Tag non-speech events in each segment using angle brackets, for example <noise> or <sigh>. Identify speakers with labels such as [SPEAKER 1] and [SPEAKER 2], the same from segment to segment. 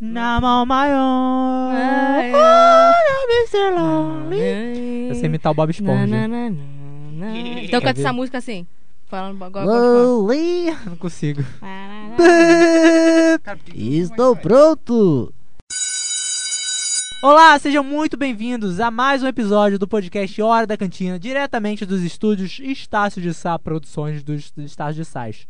[SPEAKER 1] Na mão maior.
[SPEAKER 2] Ai,
[SPEAKER 1] Olha, Mr. Lonely. Eu sei imitar o Bob Esponja.
[SPEAKER 2] Na, na, na, na, na. Então
[SPEAKER 1] Quer
[SPEAKER 2] canta
[SPEAKER 1] ver?
[SPEAKER 2] essa música assim. Falando agora. agora
[SPEAKER 3] Lonely.
[SPEAKER 1] Não consigo.
[SPEAKER 3] Estou pronto.
[SPEAKER 1] Olá, sejam muito bem-vindos a mais um episódio do podcast Hora da Cantina, diretamente dos estúdios Estácio de Sá Produções do Est- Estácio de Sais.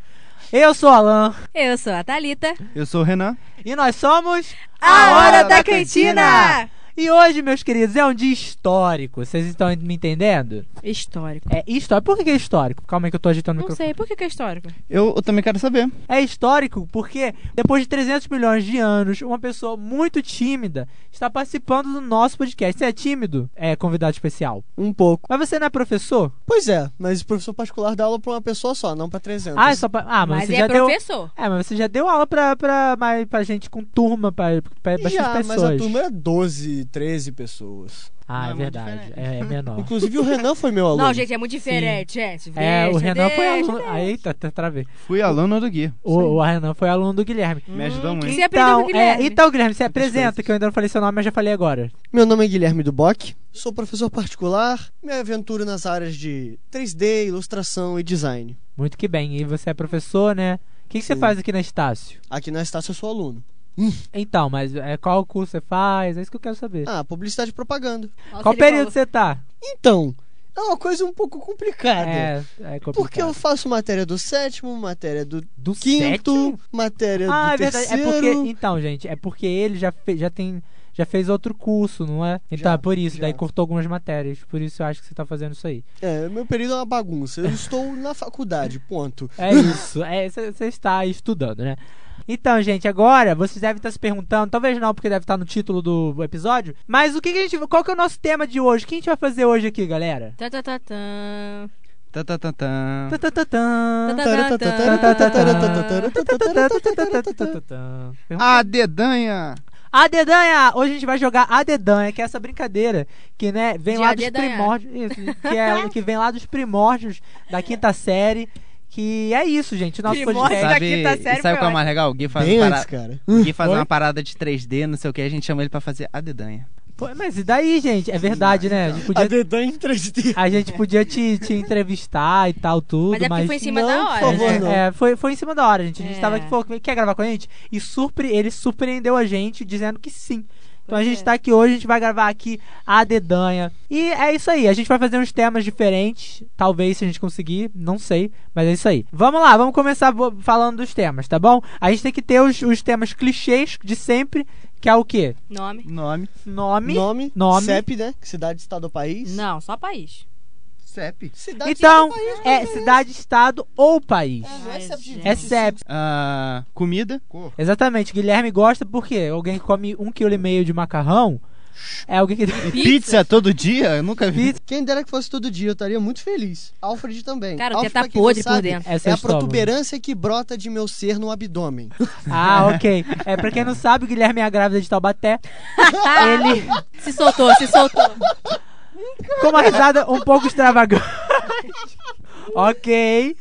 [SPEAKER 1] Eu sou o Alan
[SPEAKER 2] Eu sou a Thalita.
[SPEAKER 4] Eu sou o Renan.
[SPEAKER 1] e nós somos
[SPEAKER 2] A
[SPEAKER 4] Hora
[SPEAKER 2] Hora da,
[SPEAKER 4] da
[SPEAKER 2] cantina.
[SPEAKER 4] Cantina.
[SPEAKER 1] E hoje, meus queridos, é um dia histórico. Vocês estão me entendendo?
[SPEAKER 2] Histórico.
[SPEAKER 1] É histórico. Por que que é histórico? Calma aí que eu tô agitando o
[SPEAKER 2] Não
[SPEAKER 1] microfone.
[SPEAKER 2] sei, por que, que é histórico?
[SPEAKER 4] Eu, eu também quero saber.
[SPEAKER 1] É histórico porque, depois de 300 milhões de anos, uma pessoa muito tímida está participando do nosso podcast. Você é tímido? É convidado especial.
[SPEAKER 5] Um pouco.
[SPEAKER 1] Mas você não é professor?
[SPEAKER 5] Pois é, mas o professor particular dá aula pra uma pessoa só, não pra 300.
[SPEAKER 1] Ah, é só pra... ah mas,
[SPEAKER 2] Mas
[SPEAKER 1] você
[SPEAKER 2] é
[SPEAKER 1] já deu.
[SPEAKER 2] professor.
[SPEAKER 1] É, mas você já deu aula pra, pra, mais- pra gente com turma, pra, pra bastante
[SPEAKER 5] Já,
[SPEAKER 1] pessoas.
[SPEAKER 5] mas a turma é 12, 13 pessoas.
[SPEAKER 1] Ah,
[SPEAKER 4] Não,
[SPEAKER 1] é
[SPEAKER 4] é muito
[SPEAKER 1] verdade.
[SPEAKER 4] diferente.
[SPEAKER 1] É, é
[SPEAKER 2] <laughs>
[SPEAKER 1] menor.
[SPEAKER 5] Inclusive o Renan foi meu aluno.
[SPEAKER 2] Não, gente, é muito diferente, gente.
[SPEAKER 1] É, o
[SPEAKER 2] Deixa,
[SPEAKER 1] Renan foi
[SPEAKER 2] deixa,
[SPEAKER 1] aluno. Ah, Eita, tra- travei.
[SPEAKER 4] Fui aluno do Gui.
[SPEAKER 1] O, o Renan foi aluno do Guilherme.
[SPEAKER 4] Me ajudou muito.
[SPEAKER 2] Você aprendeu com o
[SPEAKER 1] é,
[SPEAKER 2] Guilherme.
[SPEAKER 1] então, Guilherme, se apresenta,
[SPEAKER 5] coisas.
[SPEAKER 1] que eu ainda não falei seu nome, mas já falei agora.
[SPEAKER 5] Meu nome é Guilherme Duboc, sou professor particular, me aventuro nas áreas de 3D, ilustração e design.
[SPEAKER 1] Muito que bem. E você é professor, né? O que, que você
[SPEAKER 5] Sim.
[SPEAKER 1] faz aqui na Estácio?
[SPEAKER 5] Aqui na Estácio eu sou aluno.
[SPEAKER 1] Então, mas é, qual curso você faz? É isso que eu quero saber.
[SPEAKER 5] Ah, publicidade e propaganda.
[SPEAKER 2] Nossa,
[SPEAKER 1] qual
[SPEAKER 2] ele
[SPEAKER 1] período
[SPEAKER 2] falou.
[SPEAKER 1] você tá?
[SPEAKER 5] Então, é uma coisa um pouco complicada.
[SPEAKER 1] É, é complicado.
[SPEAKER 5] Porque eu faço matéria do sétimo, matéria do
[SPEAKER 1] Do
[SPEAKER 5] quinto,
[SPEAKER 1] sétimo?
[SPEAKER 5] matéria do
[SPEAKER 1] Ah, é verdade.
[SPEAKER 5] terceiro.
[SPEAKER 1] É porque. Então, gente, é porque ele já, fe- já tem. Já fez outro curso, não é? Então
[SPEAKER 5] Já,
[SPEAKER 1] é por isso,
[SPEAKER 5] já.
[SPEAKER 1] daí cortou algumas matérias. Por isso eu acho que você tá fazendo isso aí.
[SPEAKER 5] É, meu período é uma bagunça. Eu estou na faculdade, ponto.
[SPEAKER 1] É isso, é, você você está estudando, né? Então, gente, agora vocês devem estar se perguntando, talvez não, porque deve estar no título do episódio, mas o que, que a gente. Qual que é o nosso tema de hoje? O que a gente vai fazer hoje aqui, galera?
[SPEAKER 2] Tá, tá, tá, tá.
[SPEAKER 4] Tá, tá, tá, tá.
[SPEAKER 1] Tã, tã, tã, tã.
[SPEAKER 2] tá,
[SPEAKER 1] Pergunta-
[SPEAKER 4] A dedanha.
[SPEAKER 1] A Ah, dedanha! Hoje a gente vai jogar a dedanha, que é essa brincadeira que, né, vem
[SPEAKER 2] De
[SPEAKER 1] lá
[SPEAKER 2] a
[SPEAKER 1] dos
[SPEAKER 2] dedanhar.
[SPEAKER 1] primórdios, isso, que
[SPEAKER 2] <laughs>
[SPEAKER 1] é que vem lá dos primórdios da quinta série, que é isso, gente, nosso
[SPEAKER 2] Primórdio
[SPEAKER 1] podcast.
[SPEAKER 2] da quinta série foi
[SPEAKER 4] sabe qual é o
[SPEAKER 2] ótimo.
[SPEAKER 4] mais legal? O Gui faz,
[SPEAKER 5] Bem
[SPEAKER 1] um
[SPEAKER 4] uma,
[SPEAKER 5] antes,
[SPEAKER 4] parada,
[SPEAKER 5] cara.
[SPEAKER 4] o Gui faz
[SPEAKER 1] Oi?
[SPEAKER 4] uma parada de 3D, não sei o que, a gente chama ele pra fazer a dedanha.
[SPEAKER 1] Pô, Mas e daí, gente? É verdade, né? A gente podia,
[SPEAKER 5] dedã em 3D.
[SPEAKER 1] a gente podia te, te entrevistar e tal, tudo,
[SPEAKER 2] Mas é porque
[SPEAKER 1] mas...
[SPEAKER 2] foi em cima
[SPEAKER 5] Não,
[SPEAKER 2] da
[SPEAKER 5] por
[SPEAKER 2] hora.
[SPEAKER 5] favor,
[SPEAKER 2] né?
[SPEAKER 5] não.
[SPEAKER 1] É, foi, foi em cima da hora, gente. A gente
[SPEAKER 2] É.
[SPEAKER 1] tava aqui, falou, quer gravar com a gente? E surpre ele surpreendeu a gente dizendo que sim. Então a
[SPEAKER 2] Pois
[SPEAKER 1] gente
[SPEAKER 2] é.
[SPEAKER 1] tá aqui hoje, a gente vai gravar aqui a dedanha. E é isso aí, a gente vai fazer uns temas diferentes, talvez se a gente conseguir, não sei, mas é isso aí. Vamos lá, vamos começar vo- falando dos temas, tá bom? A gente tem que ter os, os temas clichês de sempre, que é o quê?
[SPEAKER 2] Nome?
[SPEAKER 4] Nome.
[SPEAKER 1] Nome.
[SPEAKER 5] Nome,
[SPEAKER 1] Nome.
[SPEAKER 5] CEP, né? Cidade, estado ou país.
[SPEAKER 2] Não, só país.
[SPEAKER 4] CEP.
[SPEAKER 5] Cidade,
[SPEAKER 1] Então,
[SPEAKER 5] estado ou país,
[SPEAKER 1] é cidade, estado ou país.
[SPEAKER 5] É, não é CEP de
[SPEAKER 1] É
[SPEAKER 5] 25.
[SPEAKER 1] CEP.
[SPEAKER 4] Ah, comida.
[SPEAKER 1] Exatamente, Guilherme gosta porque alguém que come um quilo e meio de macarrão é alguém
[SPEAKER 4] <laughs>
[SPEAKER 1] que
[SPEAKER 4] Pizza. todo dia? Eu nunca vi.
[SPEAKER 5] Quem dera que fosse todo dia, eu estaria muito feliz. Alfred também.
[SPEAKER 2] Cara,
[SPEAKER 5] Alfred,
[SPEAKER 2] tá
[SPEAKER 5] pra quem não
[SPEAKER 2] podre por
[SPEAKER 5] sabe,
[SPEAKER 2] dentro.
[SPEAKER 1] é
[SPEAKER 5] É
[SPEAKER 1] seu
[SPEAKER 5] a
[SPEAKER 1] estômago.
[SPEAKER 5] protuberância que brota de meu ser no abdômen. <laughs>
[SPEAKER 1] Ah, ok. É para quem não sabe, o Guilherme é a grávida de Taubaté. <laughs> Ele
[SPEAKER 2] Se soltou, se soltou.
[SPEAKER 1] com uma risada um pouco extravagante. <laughs> ok.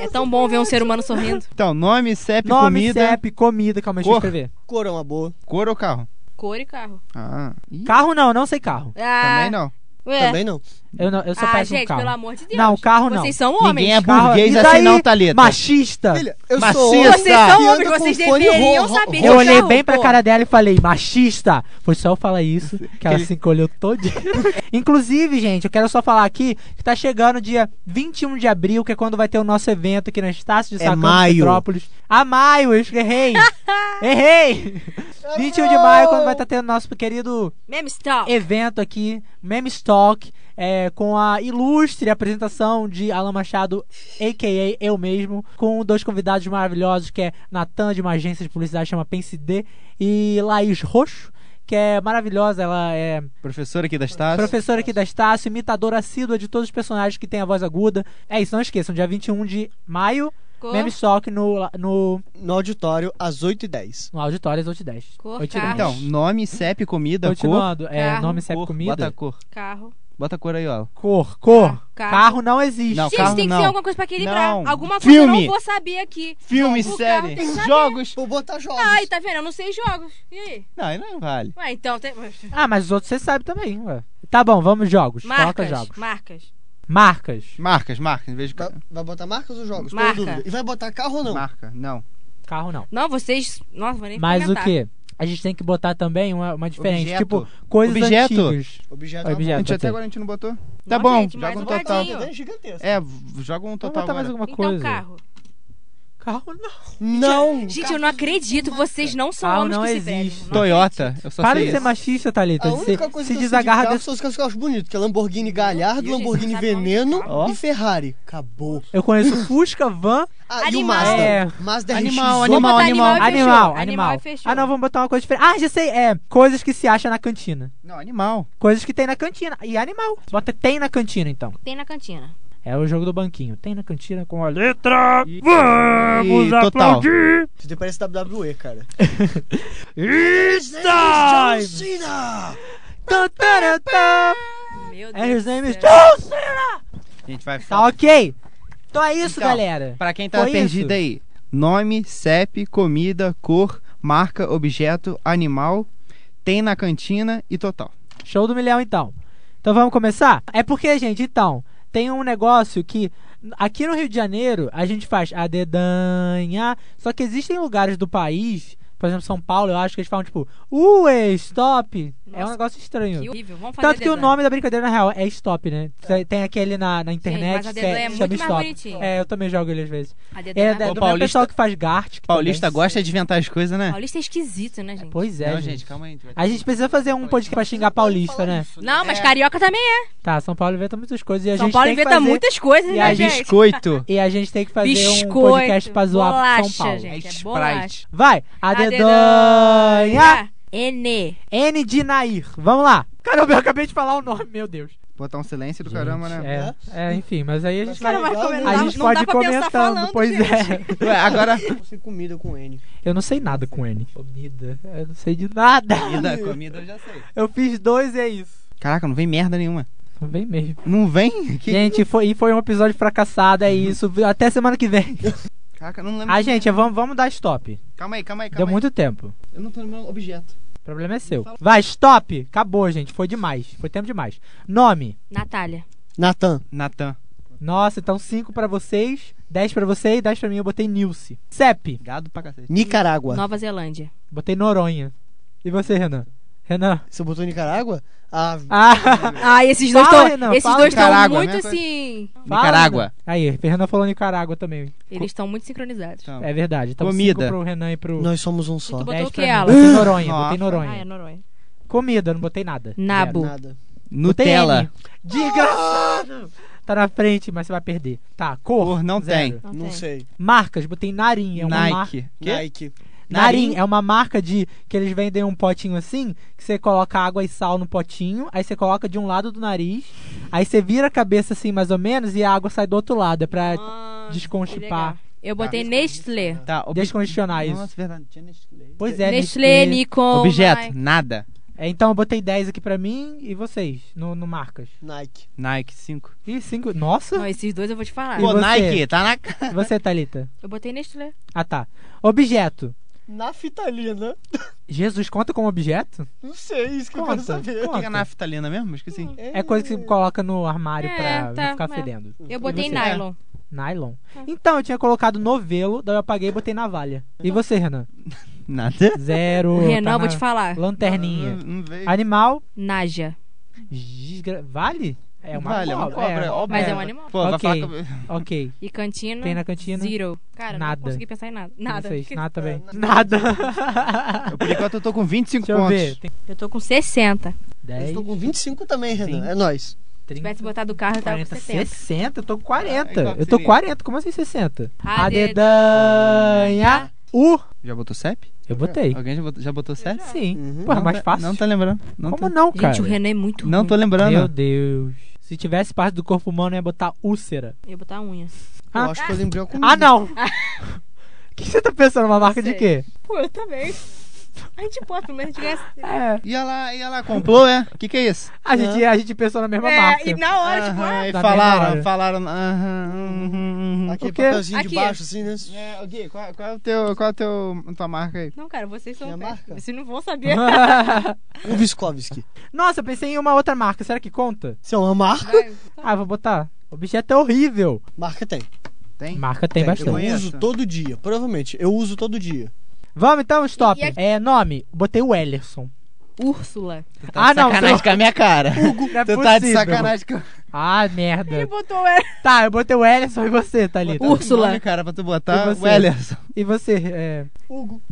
[SPEAKER 2] É tão bom ver um ser humano sorrindo.
[SPEAKER 4] Então, nome, CEP,
[SPEAKER 1] Nome,
[SPEAKER 4] comida,
[SPEAKER 1] CEP, comida, calma, deixa eu
[SPEAKER 4] Cor.
[SPEAKER 1] escrever.
[SPEAKER 5] Cor é uma boa.
[SPEAKER 4] cor ou carro?
[SPEAKER 2] Cor e carro.
[SPEAKER 4] Ah, Ih,
[SPEAKER 1] Carro não, não sei carro.
[SPEAKER 2] Ah,
[SPEAKER 4] também não.
[SPEAKER 2] Ué.
[SPEAKER 5] Também não.
[SPEAKER 1] Eu não, eu sou
[SPEAKER 2] ah,
[SPEAKER 1] péssimo
[SPEAKER 2] gente,
[SPEAKER 1] carro.
[SPEAKER 2] pelo amor de Deus.
[SPEAKER 1] Não, carro não.
[SPEAKER 2] Vocês são homens.
[SPEAKER 4] Ninguém é
[SPEAKER 1] Carro-
[SPEAKER 4] burguês
[SPEAKER 1] E
[SPEAKER 4] assim
[SPEAKER 1] daí,
[SPEAKER 4] não, Thalita.
[SPEAKER 1] Machista.
[SPEAKER 5] Filha, eu
[SPEAKER 4] Macista.
[SPEAKER 5] sou homem.
[SPEAKER 2] Vocês são
[SPEAKER 5] que
[SPEAKER 2] homens,
[SPEAKER 5] anda com
[SPEAKER 2] vocês
[SPEAKER 5] fone
[SPEAKER 2] deveriam
[SPEAKER 5] ro- ro-
[SPEAKER 2] saber de
[SPEAKER 1] Eu olhei
[SPEAKER 2] carro,
[SPEAKER 1] bem pra
[SPEAKER 2] pô.
[SPEAKER 1] cara dela e falei, machista! Foi só eu falar
[SPEAKER 5] <laughs>
[SPEAKER 1] isso, que ela
[SPEAKER 4] Aquele-
[SPEAKER 1] se encolheu todinha. Inclusive, gente, eu quero só falar aqui que tá chegando dia 21 de abril, que é quando vai ter o nosso evento aqui na Estácio de
[SPEAKER 5] É
[SPEAKER 1] Sacramento,
[SPEAKER 5] maio.
[SPEAKER 1] Petrópolis. Ah, maio, eu errei! errei! 21 de maio, é quando vai estar tendo nosso querido
[SPEAKER 2] Meme Star.
[SPEAKER 1] evento aqui, Meme Stock, é, com a ilustre apresentação de Alan Machado, a.k.a. eu mesmo, com dois convidados maravilhosos, que é Natan, de uma agência de publicidade chama Pense D, e Laís Roxo, que é maravilhosa, ela é
[SPEAKER 4] Professor aqui da Estácio.
[SPEAKER 1] professora aqui da Estácio, imitadora assídua de todos os personagens que tem a voz aguda. É isso, não esqueçam, dia 21 de maio,
[SPEAKER 2] Cor,
[SPEAKER 1] Meme Stock no, no,
[SPEAKER 5] No auditório, às 8h10.
[SPEAKER 1] no Auditório às 8h10.
[SPEAKER 2] Cor,
[SPEAKER 1] 8h10.
[SPEAKER 2] carro.
[SPEAKER 4] Então, nome, CEP, comida, Então, cor.
[SPEAKER 1] Continuando, é,
[SPEAKER 2] Carro.
[SPEAKER 1] nome, CEP,
[SPEAKER 2] Cor,
[SPEAKER 4] Bota a
[SPEAKER 1] comida.
[SPEAKER 4] cor.
[SPEAKER 2] carro.
[SPEAKER 4] Bota a cor aí, ó.
[SPEAKER 1] Cor, cor.
[SPEAKER 2] Carro.
[SPEAKER 1] Carro não existe.
[SPEAKER 4] Não,
[SPEAKER 2] Gente,
[SPEAKER 4] carro
[SPEAKER 2] tem que ser
[SPEAKER 4] não.
[SPEAKER 2] alguma coisa pra equilibrar.
[SPEAKER 4] Não.
[SPEAKER 2] Alguma coisa eu
[SPEAKER 4] Filme.
[SPEAKER 2] não vou saber aqui.
[SPEAKER 4] Filme,
[SPEAKER 2] Não, o carro
[SPEAKER 4] série,
[SPEAKER 2] tem que saber.
[SPEAKER 4] jogos.
[SPEAKER 5] Vou botar jogos.
[SPEAKER 2] Ai, tá vendo? Eu não sei jogos. E aí?
[SPEAKER 4] Não, aí não vale.
[SPEAKER 2] Ué, então tem.
[SPEAKER 1] Ah, mas os outros você sabe também, ué. Tá bom, vamos jogos. Coloca
[SPEAKER 2] Marcas.
[SPEAKER 1] jogos.
[SPEAKER 2] Marcas.
[SPEAKER 1] Marcas.
[SPEAKER 4] Marcas, marcas. Em vez de.
[SPEAKER 5] Vai, vai botar marcas ou jogos?
[SPEAKER 2] Marca.
[SPEAKER 5] Tô em dúvida. E vai botar carro ou não?
[SPEAKER 4] Marca, não.
[SPEAKER 1] Carro não.
[SPEAKER 2] Não, vocês. Nossa, vou nem
[SPEAKER 1] Mas o
[SPEAKER 2] comentar.
[SPEAKER 1] que? A gente tem que botar também uma, uma diferente.
[SPEAKER 4] Objeto.
[SPEAKER 1] Tipo, coisas
[SPEAKER 4] Objeto.
[SPEAKER 1] antigas.
[SPEAKER 5] Objeto.
[SPEAKER 4] A
[SPEAKER 1] Objeto.
[SPEAKER 4] gente até
[SPEAKER 1] ok.
[SPEAKER 4] agora a gente não botou?
[SPEAKER 2] Não,
[SPEAKER 4] Tá bom,
[SPEAKER 2] gente, mais
[SPEAKER 4] joga um
[SPEAKER 2] um
[SPEAKER 4] total.
[SPEAKER 2] bocadinho.
[SPEAKER 5] é gigantesco.
[SPEAKER 4] É, v- joga um
[SPEAKER 1] Vamos
[SPEAKER 4] total
[SPEAKER 1] botar mais
[SPEAKER 4] agora.
[SPEAKER 1] alguma
[SPEAKER 2] Então,
[SPEAKER 1] coisa.
[SPEAKER 2] carro.
[SPEAKER 1] Carro não.
[SPEAKER 5] Não!
[SPEAKER 2] Gente, eu não acredito. Vocês não são
[SPEAKER 1] é Carro
[SPEAKER 2] homens
[SPEAKER 1] não
[SPEAKER 2] que
[SPEAKER 1] existe.
[SPEAKER 2] se pegam. Não.
[SPEAKER 4] Toyota, eu só
[SPEAKER 1] Para
[SPEAKER 4] sei
[SPEAKER 1] de ser
[SPEAKER 4] isso.
[SPEAKER 1] machista, Thalita.
[SPEAKER 5] A
[SPEAKER 1] Então, Se,
[SPEAKER 5] única
[SPEAKER 1] se
[SPEAKER 5] coisa que eu sei de
[SPEAKER 1] desagarra
[SPEAKER 5] carro
[SPEAKER 1] desse.
[SPEAKER 5] são os carros que eu acho bonitos, que é Lamborghini Galhardo,
[SPEAKER 2] Deus,
[SPEAKER 5] Lamborghini
[SPEAKER 2] gente, você sabe é
[SPEAKER 5] Veneno
[SPEAKER 2] onde
[SPEAKER 4] tá?
[SPEAKER 5] e Ferrari. Acabou.
[SPEAKER 1] Eu conheço Fusca, Van.
[SPEAKER 5] Ah, e o
[SPEAKER 2] Animal.
[SPEAKER 5] Mazda.
[SPEAKER 1] É.
[SPEAKER 5] Mazda
[SPEAKER 4] Animal,
[SPEAKER 5] RX-8.
[SPEAKER 2] <laughs>
[SPEAKER 4] animal,
[SPEAKER 2] Vamos botar
[SPEAKER 4] animal.
[SPEAKER 2] animal. fechou.
[SPEAKER 1] Animal,
[SPEAKER 2] Animal
[SPEAKER 1] animal.
[SPEAKER 2] e fechou.
[SPEAKER 1] Ah, não, vamos botar uma coisa diferente. Ah, já sei. É, coisas que se acham na cantina.
[SPEAKER 4] Não, animal.
[SPEAKER 1] Coisas que tem na cantina. E animal. Bota tem na cantina, então.
[SPEAKER 2] Tem na cantina.
[SPEAKER 1] É o jogo do banquinho. Tem na cantina com a letra. Vamos
[SPEAKER 4] e total.
[SPEAKER 1] aplaudir.
[SPEAKER 5] Isso daí parece WWE, cara.
[SPEAKER 1] It's
[SPEAKER 5] John
[SPEAKER 1] time!
[SPEAKER 5] Cena!
[SPEAKER 1] Tan, taran, tan.
[SPEAKER 2] Meu
[SPEAKER 1] And
[SPEAKER 2] Deus.
[SPEAKER 1] his name is
[SPEAKER 2] do céu.
[SPEAKER 1] John Cena!
[SPEAKER 4] Gente, vai
[SPEAKER 1] Tá ok. Então é isso,
[SPEAKER 4] Então,
[SPEAKER 1] galera.
[SPEAKER 4] Pra quem tá
[SPEAKER 1] Foi isso?
[SPEAKER 4] perdido aí, nome, CEP, comida, cor, marca, objeto, animal, tem na cantina e total.
[SPEAKER 1] Show do milhão, então. Então vamos começar? É porque, gente, então, tem um negócio que aqui no Rio de Janeiro a gente faz a dedanha, só que existem lugares do país, por exemplo, São Paulo, eu acho que eles falam tipo, ue, stop. é um
[SPEAKER 2] Nossa,
[SPEAKER 1] negócio estranho.
[SPEAKER 2] Que horrível. Vamos fazer
[SPEAKER 1] Tanto que o
[SPEAKER 2] design.
[SPEAKER 1] nome da brincadeira, na real, é Stop, né? Tem- Tem aquele na, na internet
[SPEAKER 2] mas a
[SPEAKER 1] que
[SPEAKER 2] dedanha é
[SPEAKER 1] chama
[SPEAKER 2] muito mais
[SPEAKER 1] Stop.
[SPEAKER 2] bonitinho.
[SPEAKER 1] É, eu também jogo ele às vezes.
[SPEAKER 2] A
[SPEAKER 1] É, da-
[SPEAKER 2] dedanha-
[SPEAKER 4] O
[SPEAKER 1] do mesmo
[SPEAKER 4] paulista-
[SPEAKER 1] pessoal que faz Gartic.
[SPEAKER 4] Paulista
[SPEAKER 1] também.
[SPEAKER 4] gosta de inventar as coisas, né?
[SPEAKER 2] Paulista é esquisito, né, gente?
[SPEAKER 1] Pois é,
[SPEAKER 4] É Não,
[SPEAKER 1] gente.
[SPEAKER 4] gente, calma aí. gente vai-
[SPEAKER 1] A gente precisa fazer um podcast pra xingar paulista, né?
[SPEAKER 2] Não, mas carioca também é.
[SPEAKER 1] Tá, São Paulo inventa muitas coisas e a
[SPEAKER 2] São
[SPEAKER 1] gente
[SPEAKER 2] Paulo
[SPEAKER 1] tem que
[SPEAKER 2] inventa
[SPEAKER 1] fazer...
[SPEAKER 2] muitas coisas,
[SPEAKER 1] e
[SPEAKER 2] né,
[SPEAKER 1] a
[SPEAKER 2] gente?
[SPEAKER 4] É <laughs> Biscoito.
[SPEAKER 1] E a gente tem que fazer um
[SPEAKER 2] Biscoito,
[SPEAKER 1] podcast pra zoar São
[SPEAKER 2] bolacha,
[SPEAKER 1] Paulo.
[SPEAKER 2] gente, é
[SPEAKER 4] Sprite.
[SPEAKER 2] bolacha.
[SPEAKER 1] Vai, a dedanha
[SPEAKER 2] dedanha. N.
[SPEAKER 1] N de Nair. Vamos lá. Caramba, eu acabei de falar o nome, meu Deus.
[SPEAKER 4] Botar um silêncio do caramba,
[SPEAKER 1] Gente,
[SPEAKER 4] né?
[SPEAKER 1] É, é, enfim, mas aí a gente vai...
[SPEAKER 5] Mas cara, vai comer, não
[SPEAKER 1] A
[SPEAKER 5] dá-
[SPEAKER 1] gente pode ir comentando, pois é.
[SPEAKER 4] Ué, agora.
[SPEAKER 5] Não sei comida com N.
[SPEAKER 1] Eu não sei nada com N. Comida. Eu não sei de nada.
[SPEAKER 4] Comida, comida eu já sei.
[SPEAKER 1] Eu fiz dois e é isso.
[SPEAKER 4] Caraca, não vem merda nenhuma.
[SPEAKER 1] Não vem mesmo. <laughs>
[SPEAKER 4] Não vem? Que...
[SPEAKER 1] Gente, foi, e foi um episódio fracassado, é isso. Até semana que vem.
[SPEAKER 4] Caraca, não lembro.
[SPEAKER 1] Ah, gente, vamos, vamos dar stop.
[SPEAKER 4] Calma aí, calma aí, calma
[SPEAKER 1] Deu
[SPEAKER 4] aí.
[SPEAKER 1] muito tempo.
[SPEAKER 4] Eu não tô lembrando objeto.
[SPEAKER 1] O problema é seu. Vai, stop. Acabou, gente. Foi demais. Foi tempo demais. Nome.
[SPEAKER 2] Natália.
[SPEAKER 5] Natan.
[SPEAKER 4] Natan.
[SPEAKER 1] Nossa, então 5 pra vocês, 10 pra você e 10 pra mim. Eu botei Nilce. CEP.
[SPEAKER 4] Gado pra cacete.
[SPEAKER 5] Nicarágua.
[SPEAKER 2] Nova Zelândia.
[SPEAKER 1] Botei Noronha. E você, Renan? Renan.
[SPEAKER 5] Você botou Nicarágua? Ah,
[SPEAKER 1] Ah, <laughs>
[SPEAKER 2] Ah, esses
[SPEAKER 1] Fala,
[SPEAKER 2] dois
[SPEAKER 1] Renan,
[SPEAKER 2] estão. Esses
[SPEAKER 1] fala. né?
[SPEAKER 2] dois estão
[SPEAKER 4] Nicarágua,
[SPEAKER 2] muito
[SPEAKER 4] mesma coisa.
[SPEAKER 2] assim.
[SPEAKER 1] fala,
[SPEAKER 4] Nicarágua.
[SPEAKER 1] Renan. Aí, Renan falou Nicarágua também.
[SPEAKER 2] Eles estão muito sincronizados.
[SPEAKER 4] Então.
[SPEAKER 1] É verdade. Então
[SPEAKER 4] Comida.
[SPEAKER 1] cinco pro Renan e pro...
[SPEAKER 5] nós somos um só.
[SPEAKER 2] Tu botou
[SPEAKER 1] 10
[SPEAKER 2] o
[SPEAKER 1] pra
[SPEAKER 2] que,
[SPEAKER 1] mim.
[SPEAKER 2] Alan?
[SPEAKER 1] Botei Noronha,
[SPEAKER 4] Nossa.
[SPEAKER 1] botei Noronha.
[SPEAKER 2] Ah, é Noronha.
[SPEAKER 1] Comida, eu não botei nada.
[SPEAKER 2] Nabo.
[SPEAKER 5] Nada.
[SPEAKER 1] Botei
[SPEAKER 4] Nutella.
[SPEAKER 1] N. Desgraçado! Tá na frente, mas você vai perder. Tá, cor.
[SPEAKER 4] Cor não
[SPEAKER 1] zero.
[SPEAKER 2] Não,
[SPEAKER 5] Não
[SPEAKER 2] tem.
[SPEAKER 5] sei.
[SPEAKER 1] Marcas, botei Narim. É uma marca.
[SPEAKER 4] Nike. Que?
[SPEAKER 5] Nike.
[SPEAKER 1] Narim
[SPEAKER 4] Narim.
[SPEAKER 1] é uma marca de que eles vendem um potinho assim, que você coloca água e sal no potinho, aí você coloca de um lado do nariz, aí você vira a cabeça assim mais ou menos e a água sai do outro lado, é pra
[SPEAKER 2] Ah,
[SPEAKER 1] desconstipar,
[SPEAKER 2] legal. Eu botei Nestlé.
[SPEAKER 4] Tá, ob...
[SPEAKER 1] descongestionar isso.
[SPEAKER 4] Nossa, verdade. Tinha Nestlé.
[SPEAKER 1] Pois é, Nestlé.
[SPEAKER 2] Nestlé, Nikon.
[SPEAKER 4] Objeto,
[SPEAKER 2] Nike.
[SPEAKER 4] nada.
[SPEAKER 1] É, então eu botei 10 aqui pra mim e vocês no, no marcas.
[SPEAKER 5] Nike.
[SPEAKER 4] Nike 5.
[SPEAKER 1] Ih, 5. Nossa!
[SPEAKER 2] Não, esses dois eu vou te falar.
[SPEAKER 1] Ah, E
[SPEAKER 4] Pô,
[SPEAKER 1] você?
[SPEAKER 4] Nike, tá na cara.
[SPEAKER 1] E você, Thalita?
[SPEAKER 2] Eu botei Nestlé.
[SPEAKER 1] Ah, tá. Objeto.
[SPEAKER 5] Naftalina.
[SPEAKER 1] Jesus conta como objeto?
[SPEAKER 5] Não sei, é isso que
[SPEAKER 1] Conta,
[SPEAKER 5] eu quero saber.
[SPEAKER 1] conta.
[SPEAKER 4] Que é naftalina mesmo? Esqueci.
[SPEAKER 1] É coisa que você coloca no armário
[SPEAKER 2] Hum. É,
[SPEAKER 1] pra
[SPEAKER 2] tá,
[SPEAKER 1] não ficar
[SPEAKER 2] é.
[SPEAKER 1] fedendo.
[SPEAKER 2] Eu botei
[SPEAKER 4] você?
[SPEAKER 2] nylon.
[SPEAKER 1] Nylon.
[SPEAKER 2] É.
[SPEAKER 1] Então, eu tinha colocado novelo, daí eu apaguei e botei navalha. E você,
[SPEAKER 2] <laughs>
[SPEAKER 1] Renan?
[SPEAKER 4] Nada.
[SPEAKER 1] Zero.
[SPEAKER 2] O Renan,
[SPEAKER 1] tá
[SPEAKER 2] eu vou
[SPEAKER 1] na
[SPEAKER 2] te falar.
[SPEAKER 1] Lanterninha.
[SPEAKER 4] Não, não veio.
[SPEAKER 1] Animal.
[SPEAKER 2] Naja.
[SPEAKER 1] Gisgra... Vale? É uma
[SPEAKER 4] Vale, é uma
[SPEAKER 1] cobra.
[SPEAKER 4] cobra. ó,
[SPEAKER 2] Mas é um
[SPEAKER 4] merda.
[SPEAKER 2] animal.
[SPEAKER 4] Pô, vai
[SPEAKER 1] Ok.
[SPEAKER 4] falar que...
[SPEAKER 1] Ok.
[SPEAKER 2] E cantina.
[SPEAKER 1] Tem na cantina?
[SPEAKER 2] Zero. Cara,
[SPEAKER 1] Nada.
[SPEAKER 2] não consegui pensar em nada. Nada.
[SPEAKER 1] Não sei,
[SPEAKER 2] Esqueci.
[SPEAKER 1] nada também.
[SPEAKER 5] É,
[SPEAKER 1] Nada.
[SPEAKER 4] Eu, Por enquanto eu tô com 25
[SPEAKER 1] <laughs> Deixa eu
[SPEAKER 4] pontos.
[SPEAKER 1] ver. Tem
[SPEAKER 2] <laughs> Eu tô com 60. Se
[SPEAKER 1] 10,
[SPEAKER 5] É, Eu estou com 25 também, Renan.
[SPEAKER 1] Sim.
[SPEAKER 5] É nóis.
[SPEAKER 1] 30,
[SPEAKER 2] tivesse botado o carro, eu tava
[SPEAKER 1] 40,
[SPEAKER 2] com 70.
[SPEAKER 1] 60. Eu tô com
[SPEAKER 4] Ah,
[SPEAKER 1] 40.
[SPEAKER 4] então
[SPEAKER 1] Eu tô
[SPEAKER 4] seria.
[SPEAKER 1] 40. Como assim 60?
[SPEAKER 2] A
[SPEAKER 1] A dedanha. U.
[SPEAKER 4] Já botou CEP?
[SPEAKER 1] Eu botei.
[SPEAKER 4] Alguém já botou, já botou CEP?
[SPEAKER 1] Sim. Porra,
[SPEAKER 5] Uhum.
[SPEAKER 4] Tá Não
[SPEAKER 1] é mais
[SPEAKER 4] tá-
[SPEAKER 1] fácil.
[SPEAKER 4] Não tá lembrando. Não,
[SPEAKER 1] Como
[SPEAKER 4] tô,
[SPEAKER 1] não, cara?
[SPEAKER 2] Gente, o Renan é muito
[SPEAKER 4] não tô
[SPEAKER 2] ruim.
[SPEAKER 4] lembrando. Ah.
[SPEAKER 1] Meu Deus. Se tivesse parte do corpo humano, eu ia botar úlcera.
[SPEAKER 2] Eu ia botar unha.
[SPEAKER 1] Ah.
[SPEAKER 5] Eu acho que eu
[SPEAKER 4] Hum.
[SPEAKER 1] <laughs>
[SPEAKER 5] lembrei a comida.
[SPEAKER 1] Ah, não! O que você tá pensando? Uma marca de
[SPEAKER 2] sei.
[SPEAKER 1] quê?
[SPEAKER 2] Pô, eu também. A gente bota, mas a gente ganha.
[SPEAKER 1] <laughs> É,
[SPEAKER 4] E ela, e ela comprou, é? O que, que é isso?
[SPEAKER 1] a, gente, a gente pensou na mesma marca.
[SPEAKER 2] É, e na hora, tipo,
[SPEAKER 4] Aham,
[SPEAKER 2] ah,
[SPEAKER 4] e
[SPEAKER 1] Da mesma
[SPEAKER 4] falaram,
[SPEAKER 1] hora.
[SPEAKER 4] falaram. aham, uhum, uhum.
[SPEAKER 5] Aquele
[SPEAKER 1] Hum. O quê?
[SPEAKER 5] papelzinho é de
[SPEAKER 2] Aqui.
[SPEAKER 5] baixo, assim, né?
[SPEAKER 4] É, o Gui, qual, qual é o teu, qual é o teu, tua marca aí?
[SPEAKER 2] ah, Não, cara, vocês são.
[SPEAKER 5] Minha
[SPEAKER 2] péssimos.
[SPEAKER 5] marca?
[SPEAKER 2] Vocês não vão saber.
[SPEAKER 5] Um Viskovski.
[SPEAKER 1] <laughs> Nossa, eu pensei em uma outra marca. Será que conta?
[SPEAKER 5] Isso é uma marca?
[SPEAKER 2] Vai.
[SPEAKER 1] Ah, vou botar. Objeto é horrível.
[SPEAKER 5] Marca tem.
[SPEAKER 4] Tem?
[SPEAKER 1] Marca tem,
[SPEAKER 5] Eu
[SPEAKER 1] bastante.
[SPEAKER 4] conheço.
[SPEAKER 5] uso todo dia, provavelmente. Eu uso todo dia.
[SPEAKER 1] Vamos então, stop.
[SPEAKER 2] E- e a-
[SPEAKER 1] É, nome. Botei o Ellerson.
[SPEAKER 2] Úrsula.
[SPEAKER 1] Ah, não.
[SPEAKER 3] tá Sacanagem com a minha cara.
[SPEAKER 1] Não é
[SPEAKER 4] tá <laughs> Tu tá de
[SPEAKER 1] possível.
[SPEAKER 4] sacanagem <laughs> com
[SPEAKER 1] <laughs> Ah,
[SPEAKER 2] Ele
[SPEAKER 1] merda.
[SPEAKER 2] botou ela.
[SPEAKER 1] Tá, eu botei o Ellerson e você, Thalita.
[SPEAKER 2] Botou- Úrsula.
[SPEAKER 4] Nome, cara, pra tu botar
[SPEAKER 1] E você?
[SPEAKER 4] o Ellerson.
[SPEAKER 1] E você, é...
[SPEAKER 5] Hugo.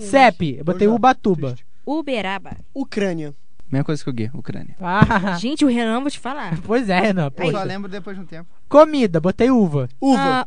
[SPEAKER 1] CEP. Eu botei
[SPEAKER 5] Hoje não.
[SPEAKER 1] Ubatuba.
[SPEAKER 5] Triste.
[SPEAKER 2] Uberaba.
[SPEAKER 5] Ucrânia.
[SPEAKER 4] Mesma coisa que o Gui, Ucrânia.
[SPEAKER 1] <laughs> Ah,
[SPEAKER 2] Gente, o Renan, vou te falar.
[SPEAKER 1] pois é, Renan.
[SPEAKER 4] Eu só
[SPEAKER 1] Poxa.
[SPEAKER 4] lembro depois de um tempo.
[SPEAKER 1] Comida. Botei uva. Ah,
[SPEAKER 5] Uva.
[SPEAKER 2] Ah,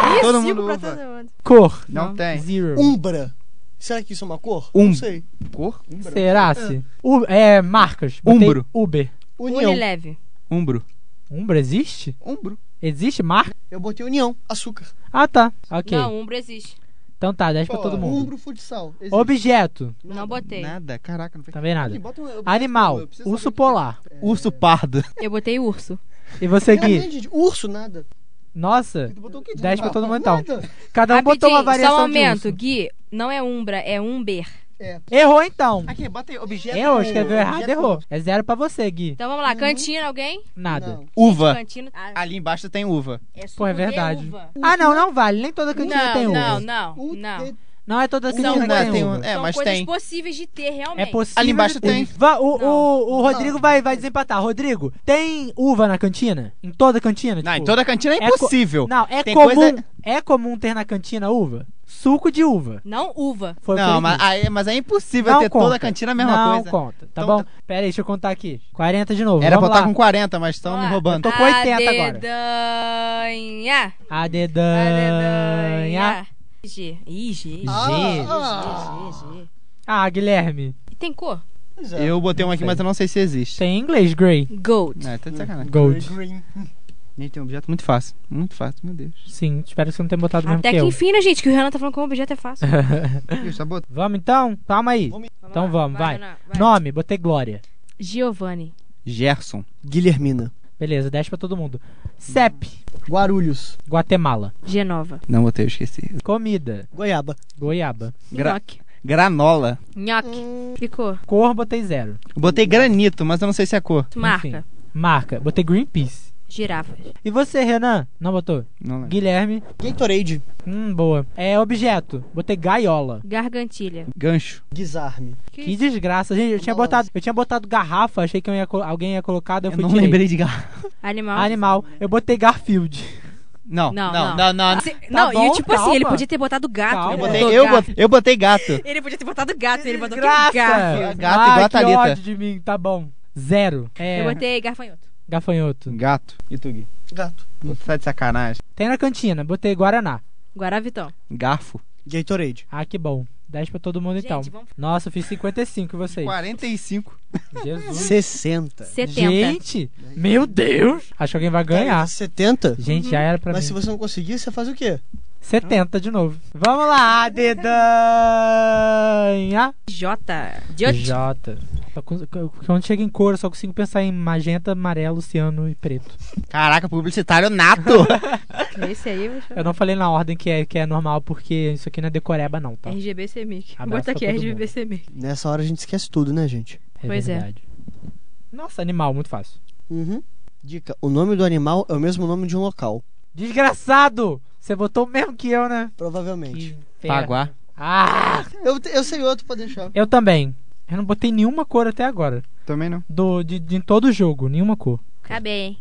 [SPEAKER 2] uva. Ih,
[SPEAKER 4] Todo
[SPEAKER 2] cinco
[SPEAKER 4] mundo
[SPEAKER 2] pra
[SPEAKER 4] uva.
[SPEAKER 2] todo mundo.
[SPEAKER 1] Cor.
[SPEAKER 4] Não, tem.
[SPEAKER 1] Zero.
[SPEAKER 5] Umbra. Será que isso é uma cor?
[SPEAKER 4] Um.
[SPEAKER 5] Não sei.
[SPEAKER 4] Cor? Umbra.
[SPEAKER 1] Será-se? U- É, marcas. Botei
[SPEAKER 4] Umbro.
[SPEAKER 1] Uber.
[SPEAKER 5] União.
[SPEAKER 2] Unileve.
[SPEAKER 4] Umbro.
[SPEAKER 1] Umbro existe?
[SPEAKER 4] Umbro.
[SPEAKER 1] Existe marca?
[SPEAKER 5] Eu botei União. Açúcar.
[SPEAKER 1] Ah, tá. Ok.
[SPEAKER 2] Não, Umbro existe.
[SPEAKER 1] Então tá, 10 pra
[SPEAKER 4] Pô,
[SPEAKER 1] todo mundo.
[SPEAKER 5] Umbro futsal. Existe.
[SPEAKER 1] Objeto.
[SPEAKER 2] Não botei.
[SPEAKER 4] Nada, caraca, não fez
[SPEAKER 1] Também
[SPEAKER 5] Aqui,
[SPEAKER 1] nada.
[SPEAKER 5] bota um- eu-
[SPEAKER 1] Animal.
[SPEAKER 5] eu preciso saber
[SPEAKER 1] Urso
[SPEAKER 5] o que é.
[SPEAKER 1] polar.
[SPEAKER 4] Urso pardo.
[SPEAKER 2] Eu botei urso.
[SPEAKER 1] E você, Gui?
[SPEAKER 5] Realmente, gente, urso, nada.
[SPEAKER 1] Nossa.
[SPEAKER 5] Tu botou o quê? de
[SPEAKER 1] Dez pra
[SPEAKER 5] animal?
[SPEAKER 1] todo mundo, então.
[SPEAKER 5] Nada.
[SPEAKER 1] Cada um botou uma
[SPEAKER 2] Rapidinho,
[SPEAKER 1] variação
[SPEAKER 2] Só um
[SPEAKER 1] de
[SPEAKER 2] momento,
[SPEAKER 1] urso.
[SPEAKER 2] Gui. Não é Umbra, é Umber.
[SPEAKER 1] Errou, então.
[SPEAKER 4] Aqui, bota aí, objeto.
[SPEAKER 5] é
[SPEAKER 1] Errou, escreveu errado, errou. É zero pra você, Gui.
[SPEAKER 2] Então vamos lá. Cantina, alguém?
[SPEAKER 1] Nada.
[SPEAKER 5] Não.
[SPEAKER 4] Uva.
[SPEAKER 2] Cantina. Ah,
[SPEAKER 4] Ali embaixo tem uva.
[SPEAKER 2] é suco
[SPEAKER 1] Pô, é
[SPEAKER 2] de
[SPEAKER 1] verdade.
[SPEAKER 2] uva.
[SPEAKER 1] Ah, não, não vale. Nem toda cantina tem
[SPEAKER 2] Não,
[SPEAKER 1] uva.
[SPEAKER 2] não,
[SPEAKER 1] Não,
[SPEAKER 2] não,
[SPEAKER 5] U-
[SPEAKER 2] não.
[SPEAKER 5] de-
[SPEAKER 1] é toda
[SPEAKER 2] Não,
[SPEAKER 1] cantina
[SPEAKER 2] mas
[SPEAKER 1] que tem
[SPEAKER 4] tem
[SPEAKER 1] uva.
[SPEAKER 4] um- É,
[SPEAKER 2] São
[SPEAKER 4] mas
[SPEAKER 2] coisas
[SPEAKER 4] tem.
[SPEAKER 2] possível de ter realmente.
[SPEAKER 1] É possível.
[SPEAKER 4] Ali embaixo
[SPEAKER 1] de-
[SPEAKER 4] tem.
[SPEAKER 1] Va- o, o, o
[SPEAKER 5] Não.
[SPEAKER 1] Rodrigo vai, vai desempatar. Rodrigo, tem uva na cantina? Em toda cantina?
[SPEAKER 4] Não,
[SPEAKER 1] tipo?
[SPEAKER 4] em toda cantina é
[SPEAKER 1] É co-
[SPEAKER 4] impossível.
[SPEAKER 1] Não, é
[SPEAKER 4] Tem
[SPEAKER 1] comum.
[SPEAKER 4] coisa-
[SPEAKER 1] É comum ter na cantina uva? Suco de uva.
[SPEAKER 2] Não uva.
[SPEAKER 1] Foi o que
[SPEAKER 4] Não,
[SPEAKER 1] ele
[SPEAKER 4] mas,
[SPEAKER 1] disse.
[SPEAKER 4] aí- mas é impossível ter toda a cantina a mesma
[SPEAKER 1] não
[SPEAKER 4] coisa.
[SPEAKER 1] conta, tá
[SPEAKER 4] Então
[SPEAKER 1] bom? Pera aí, deixa eu contar aqui. 40 de novo.
[SPEAKER 4] Era pra
[SPEAKER 1] Vamos
[SPEAKER 4] botar
[SPEAKER 1] lá.
[SPEAKER 4] com 40, mas estão
[SPEAKER 2] Vamos
[SPEAKER 4] me
[SPEAKER 2] lá.
[SPEAKER 4] roubando.
[SPEAKER 1] Tô com 80 agora.
[SPEAKER 2] Adedanha.
[SPEAKER 1] A dedanha.
[SPEAKER 2] Adedanha. G. Ih, G.
[SPEAKER 1] Ah.
[SPEAKER 2] G, G, G.
[SPEAKER 1] Ah, Guilherme.
[SPEAKER 2] E tem cor?
[SPEAKER 5] Pois é.
[SPEAKER 4] Eu botei uma aqui,
[SPEAKER 1] Sei.
[SPEAKER 4] mas eu não sei se existe.
[SPEAKER 1] Tem em inglês, Grey.
[SPEAKER 2] Gold.
[SPEAKER 4] Não, tá de sacanagem.
[SPEAKER 1] Gold.
[SPEAKER 5] Green.
[SPEAKER 4] Gente, tem um objeto muito fácil. Muito fácil, meu Deus.
[SPEAKER 1] Sim, espero que você não tenha botado o mesmo
[SPEAKER 2] Até
[SPEAKER 1] que
[SPEAKER 2] que,
[SPEAKER 1] eu.
[SPEAKER 2] enfim, né, gente? Que o Renan tá falando que o objeto
[SPEAKER 1] <laughs>
[SPEAKER 2] é fácil.
[SPEAKER 4] Deus, tá botando.
[SPEAKER 1] Vamos então? Calma aí.
[SPEAKER 5] Vamos.
[SPEAKER 1] Então
[SPEAKER 2] lá.
[SPEAKER 1] vamos, vai.
[SPEAKER 2] Renan, vai.
[SPEAKER 1] Nome, botei Glória.
[SPEAKER 2] Giovanni.
[SPEAKER 4] Gerson.
[SPEAKER 5] Guilhermina.
[SPEAKER 1] Beleza, 10 pra todo mundo. CEP,
[SPEAKER 5] Guarulhos.
[SPEAKER 1] Guatemala.
[SPEAKER 2] Genova.
[SPEAKER 4] Não botei, eu esqueci.
[SPEAKER 1] Comida,
[SPEAKER 5] Goiaba.
[SPEAKER 1] goiaba.
[SPEAKER 4] Gra-
[SPEAKER 2] Nhoque.
[SPEAKER 4] Granola.
[SPEAKER 2] Nhoque. Ficou.
[SPEAKER 1] Cor, botei zero.
[SPEAKER 4] Eu botei granito, mas eu não sei se é a cor.
[SPEAKER 2] Tu marca.
[SPEAKER 1] Enfim. Marca, botei Greenpeace.
[SPEAKER 2] Girafas.
[SPEAKER 1] E você, Renan? Não botou?
[SPEAKER 4] Não lembro.
[SPEAKER 1] Guilherme.
[SPEAKER 5] Gatorade.
[SPEAKER 1] Hum, boa. É objeto, botei gaiola.
[SPEAKER 2] Gargantilha.
[SPEAKER 4] Gancho.
[SPEAKER 5] Desarme.
[SPEAKER 1] Que desgraça, gente. Eu tinha
[SPEAKER 5] Balanço.
[SPEAKER 1] botado, eu tinha botado garrafa, achei que eu ia co- alguém ia colocar, daí eu
[SPEAKER 4] Eu
[SPEAKER 1] fui
[SPEAKER 4] não
[SPEAKER 1] tirei.
[SPEAKER 4] lembrei de garrafa.
[SPEAKER 2] Animal.
[SPEAKER 1] Animal. Eu botei Garfield.
[SPEAKER 4] Não,
[SPEAKER 2] Não,
[SPEAKER 4] não,
[SPEAKER 2] não.
[SPEAKER 4] não, não.
[SPEAKER 2] Se- não,
[SPEAKER 1] Tá bom,
[SPEAKER 2] e tipo
[SPEAKER 1] calma.
[SPEAKER 2] assim, ele podia ter botado gato.
[SPEAKER 1] Calma.
[SPEAKER 2] ele
[SPEAKER 4] Eu
[SPEAKER 1] É.
[SPEAKER 4] botei,
[SPEAKER 2] botou
[SPEAKER 4] eu,
[SPEAKER 2] gato.
[SPEAKER 4] botei, eu botei gato.
[SPEAKER 2] Ele podia ter botado gato, ele botou
[SPEAKER 1] Desgraça.
[SPEAKER 2] que gato.
[SPEAKER 4] Gato igual
[SPEAKER 1] Ai,
[SPEAKER 4] a Thalita.
[SPEAKER 1] que ódio de mim, tá bom. Zero. É,
[SPEAKER 2] Eu botei garfanhoto.
[SPEAKER 1] gafanhoto.
[SPEAKER 4] Gato. E tu, Gui?
[SPEAKER 5] Gato.
[SPEAKER 4] Tu tá de sacanagem.
[SPEAKER 1] Tem na cantina, botei Guaraná.
[SPEAKER 2] Guaravitão.
[SPEAKER 4] Garfo.
[SPEAKER 5] Gatorade.
[SPEAKER 1] Ah, que bom. 10 pra todo mundo
[SPEAKER 2] Gente,
[SPEAKER 1] então.
[SPEAKER 2] vamos-
[SPEAKER 1] Nossa, eu fiz 55 e vocês.
[SPEAKER 4] 45.
[SPEAKER 2] <laughs>
[SPEAKER 5] Hum?
[SPEAKER 1] Jesus.
[SPEAKER 5] 60.
[SPEAKER 2] 70.
[SPEAKER 1] Gente, meu Deus. Acho que alguém vai ganhar.
[SPEAKER 5] 70?
[SPEAKER 1] Gente,
[SPEAKER 2] Uhum.
[SPEAKER 1] já era pra
[SPEAKER 5] Mas se
[SPEAKER 1] mim.
[SPEAKER 5] você não conseguir, você faz o quê?
[SPEAKER 1] 70 de novo. Vamos lá, dedanha.
[SPEAKER 2] J. J.
[SPEAKER 1] J. Só cons- Quando chega em cor, eu só consigo pensar em magenta, amarelo, ciano e preto.
[SPEAKER 4] Caraca, publicitário <laughs> nato.
[SPEAKER 2] Esse aí, bicho.
[SPEAKER 1] Eu não falei na ordem que é, que é normal, porque isso aqui não é decoreba, não, tá?
[SPEAKER 2] RGB CMYK.
[SPEAKER 1] Abraço
[SPEAKER 2] Bota aqui,
[SPEAKER 1] pra todo
[SPEAKER 2] RGB CMYK.
[SPEAKER 5] Nessa hora a gente esquece tudo, né, gente?
[SPEAKER 1] É
[SPEAKER 2] Pois é.
[SPEAKER 1] verdade. Nossa, animal, muito fácil.
[SPEAKER 5] Uhum. Dica: o nome do animal é o mesmo nome de um local.
[SPEAKER 1] Desgraçado! Você botou o mesmo que eu, né?
[SPEAKER 5] Provavelmente.
[SPEAKER 1] Ferro.
[SPEAKER 4] Paguá.
[SPEAKER 1] Ah!
[SPEAKER 5] Eu, te- eu sei outro pra deixar.
[SPEAKER 1] Eu também. Eu não botei nenhuma cor até agora.
[SPEAKER 4] Também não.
[SPEAKER 1] Do, de, de em todo o jogo, nenhuma cor.
[SPEAKER 2] Acabei, hein?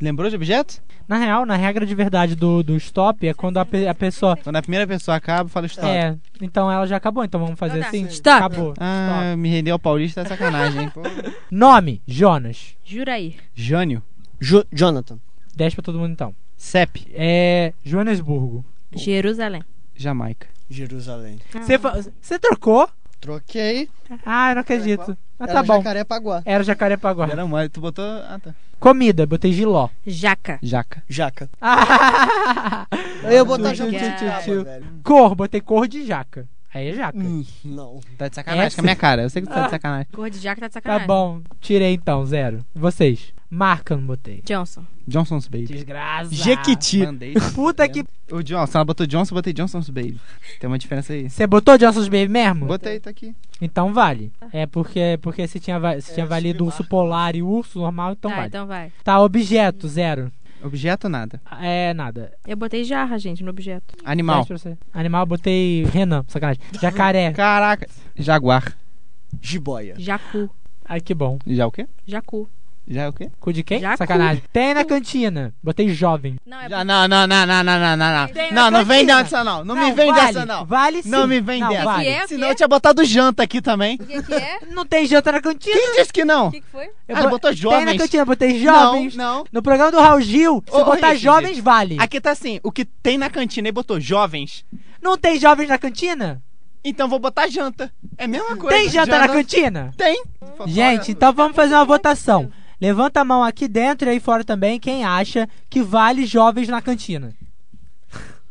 [SPEAKER 4] Lembrou de objeto?
[SPEAKER 1] Na real, na regra de verdade do, do stop é quando a, pe- a pessoa.
[SPEAKER 4] Quando a Então, primeira pessoa acaba, fala stop.
[SPEAKER 1] É, então ela já acabou, então vamos fazer
[SPEAKER 2] Então tá.
[SPEAKER 1] assim?
[SPEAKER 2] Stop.
[SPEAKER 1] Acabou.
[SPEAKER 4] Ah, me rendeu ao paulista é sacanagem, hein? Pô.
[SPEAKER 1] Stop. Nome: Jonas.
[SPEAKER 2] Juraí.
[SPEAKER 4] Jânio.
[SPEAKER 5] Jo- Jonathan.
[SPEAKER 1] 10 pra todo mundo então.
[SPEAKER 4] CEP.
[SPEAKER 1] É. Joanesburgo.
[SPEAKER 2] Jerusalém.
[SPEAKER 4] Jamaica.
[SPEAKER 5] Jerusalém.
[SPEAKER 1] Você fa- você trocou?
[SPEAKER 5] Troquei.
[SPEAKER 1] Ah, eu não acredito. Ah, tá
[SPEAKER 5] Era
[SPEAKER 1] bom.
[SPEAKER 5] Jacarepaguá.
[SPEAKER 1] Era Jacarepaguá.
[SPEAKER 4] Era mole. Tu botou. Ah, tá.
[SPEAKER 5] um-
[SPEAKER 1] Comida, botei giló.
[SPEAKER 2] Jaca.
[SPEAKER 4] Jaca.
[SPEAKER 5] Jaca.
[SPEAKER 1] Ah,
[SPEAKER 5] <laughs> Eu ia botar
[SPEAKER 1] Tio, tio,
[SPEAKER 5] jabuticaba,
[SPEAKER 1] tio.
[SPEAKER 5] velho.
[SPEAKER 1] cor, botei cor de jaca. Aí é jaca.
[SPEAKER 5] Hum, não.
[SPEAKER 4] Tá de sacanagem
[SPEAKER 1] Essa-
[SPEAKER 4] com a minha cara. Eu sei que tu tá de sacanagem.
[SPEAKER 2] Cor de jaca tá de
[SPEAKER 1] Tá
[SPEAKER 2] sacanagem.
[SPEAKER 1] bom, tirei então, zero. Vocês. Marca, eu não botei.
[SPEAKER 2] Johnson.
[SPEAKER 4] Johnson's Baby.
[SPEAKER 1] Desgraça.
[SPEAKER 5] Jequiti.
[SPEAKER 4] Mandei.
[SPEAKER 1] Puta que.
[SPEAKER 4] O Johnson, ela botou Johnson, eu botei Johnson's Baby. Tem uma diferença
[SPEAKER 1] <laughs>
[SPEAKER 4] aí.
[SPEAKER 1] Você botou Johnson's Baby mesmo?
[SPEAKER 4] Botei, tá aqui.
[SPEAKER 1] Então vale. É porque, porque se tinha, va- se tinha
[SPEAKER 5] É,
[SPEAKER 1] valido urso polar e urso normal, então
[SPEAKER 2] tá,
[SPEAKER 1] vale.
[SPEAKER 2] então vai.
[SPEAKER 1] Tá, objeto, zero.
[SPEAKER 4] Objeto, nada.
[SPEAKER 1] É, nada.
[SPEAKER 2] Eu botei jarra, gente, no objeto.
[SPEAKER 4] Animal.
[SPEAKER 1] Teste pra você. Animal, botei Renan, sacanagem. Jacaré.
[SPEAKER 4] Caraca. Jaguar.
[SPEAKER 5] Jiboia.
[SPEAKER 2] Jacu.
[SPEAKER 1] Ai, que bom.
[SPEAKER 4] Já é o quê?
[SPEAKER 2] Jacu.
[SPEAKER 4] Já é o quê?
[SPEAKER 1] Cu de quem?
[SPEAKER 2] Jacu.
[SPEAKER 1] Sacanagem. Tem na cantina. Botei jovem.
[SPEAKER 2] Não, é
[SPEAKER 4] Já, não, não, não, não, não, não, não.
[SPEAKER 1] Tem
[SPEAKER 4] Não, não,
[SPEAKER 1] na
[SPEAKER 4] vem
[SPEAKER 1] cantina.
[SPEAKER 4] dessa não. Não, me vem
[SPEAKER 1] vale.
[SPEAKER 4] dessa não.
[SPEAKER 1] Vale sim.
[SPEAKER 4] Não me vem dessa.
[SPEAKER 1] Vale.
[SPEAKER 2] que é?
[SPEAKER 4] Senão eu tinha botado janta aqui também.
[SPEAKER 2] O que, que é?
[SPEAKER 1] Não tem janta na cantina. <laughs>
[SPEAKER 4] Quem disse que não?
[SPEAKER 2] O que, que foi?
[SPEAKER 1] Eu
[SPEAKER 4] Ela
[SPEAKER 1] bo-
[SPEAKER 4] botou
[SPEAKER 1] Tem na
[SPEAKER 4] jovens.
[SPEAKER 1] cantina, botei jovens.
[SPEAKER 4] Não, não.
[SPEAKER 1] No programa do Raul Gil, se
[SPEAKER 4] Ô, ô,
[SPEAKER 1] botar
[SPEAKER 4] Richard.
[SPEAKER 1] jovens, vale.
[SPEAKER 4] Aqui tá assim, o que tem na cantina e botou jovens,
[SPEAKER 1] Não tem jovens na cantina?
[SPEAKER 4] então vou botar janta. É a mesma coisa.
[SPEAKER 1] tem janta na cantina?
[SPEAKER 4] Tem.
[SPEAKER 1] Gente, então vamos fazer uma votação. Levanta a mão aqui dentro e aí fora também quem acha que vale jovens na cantina.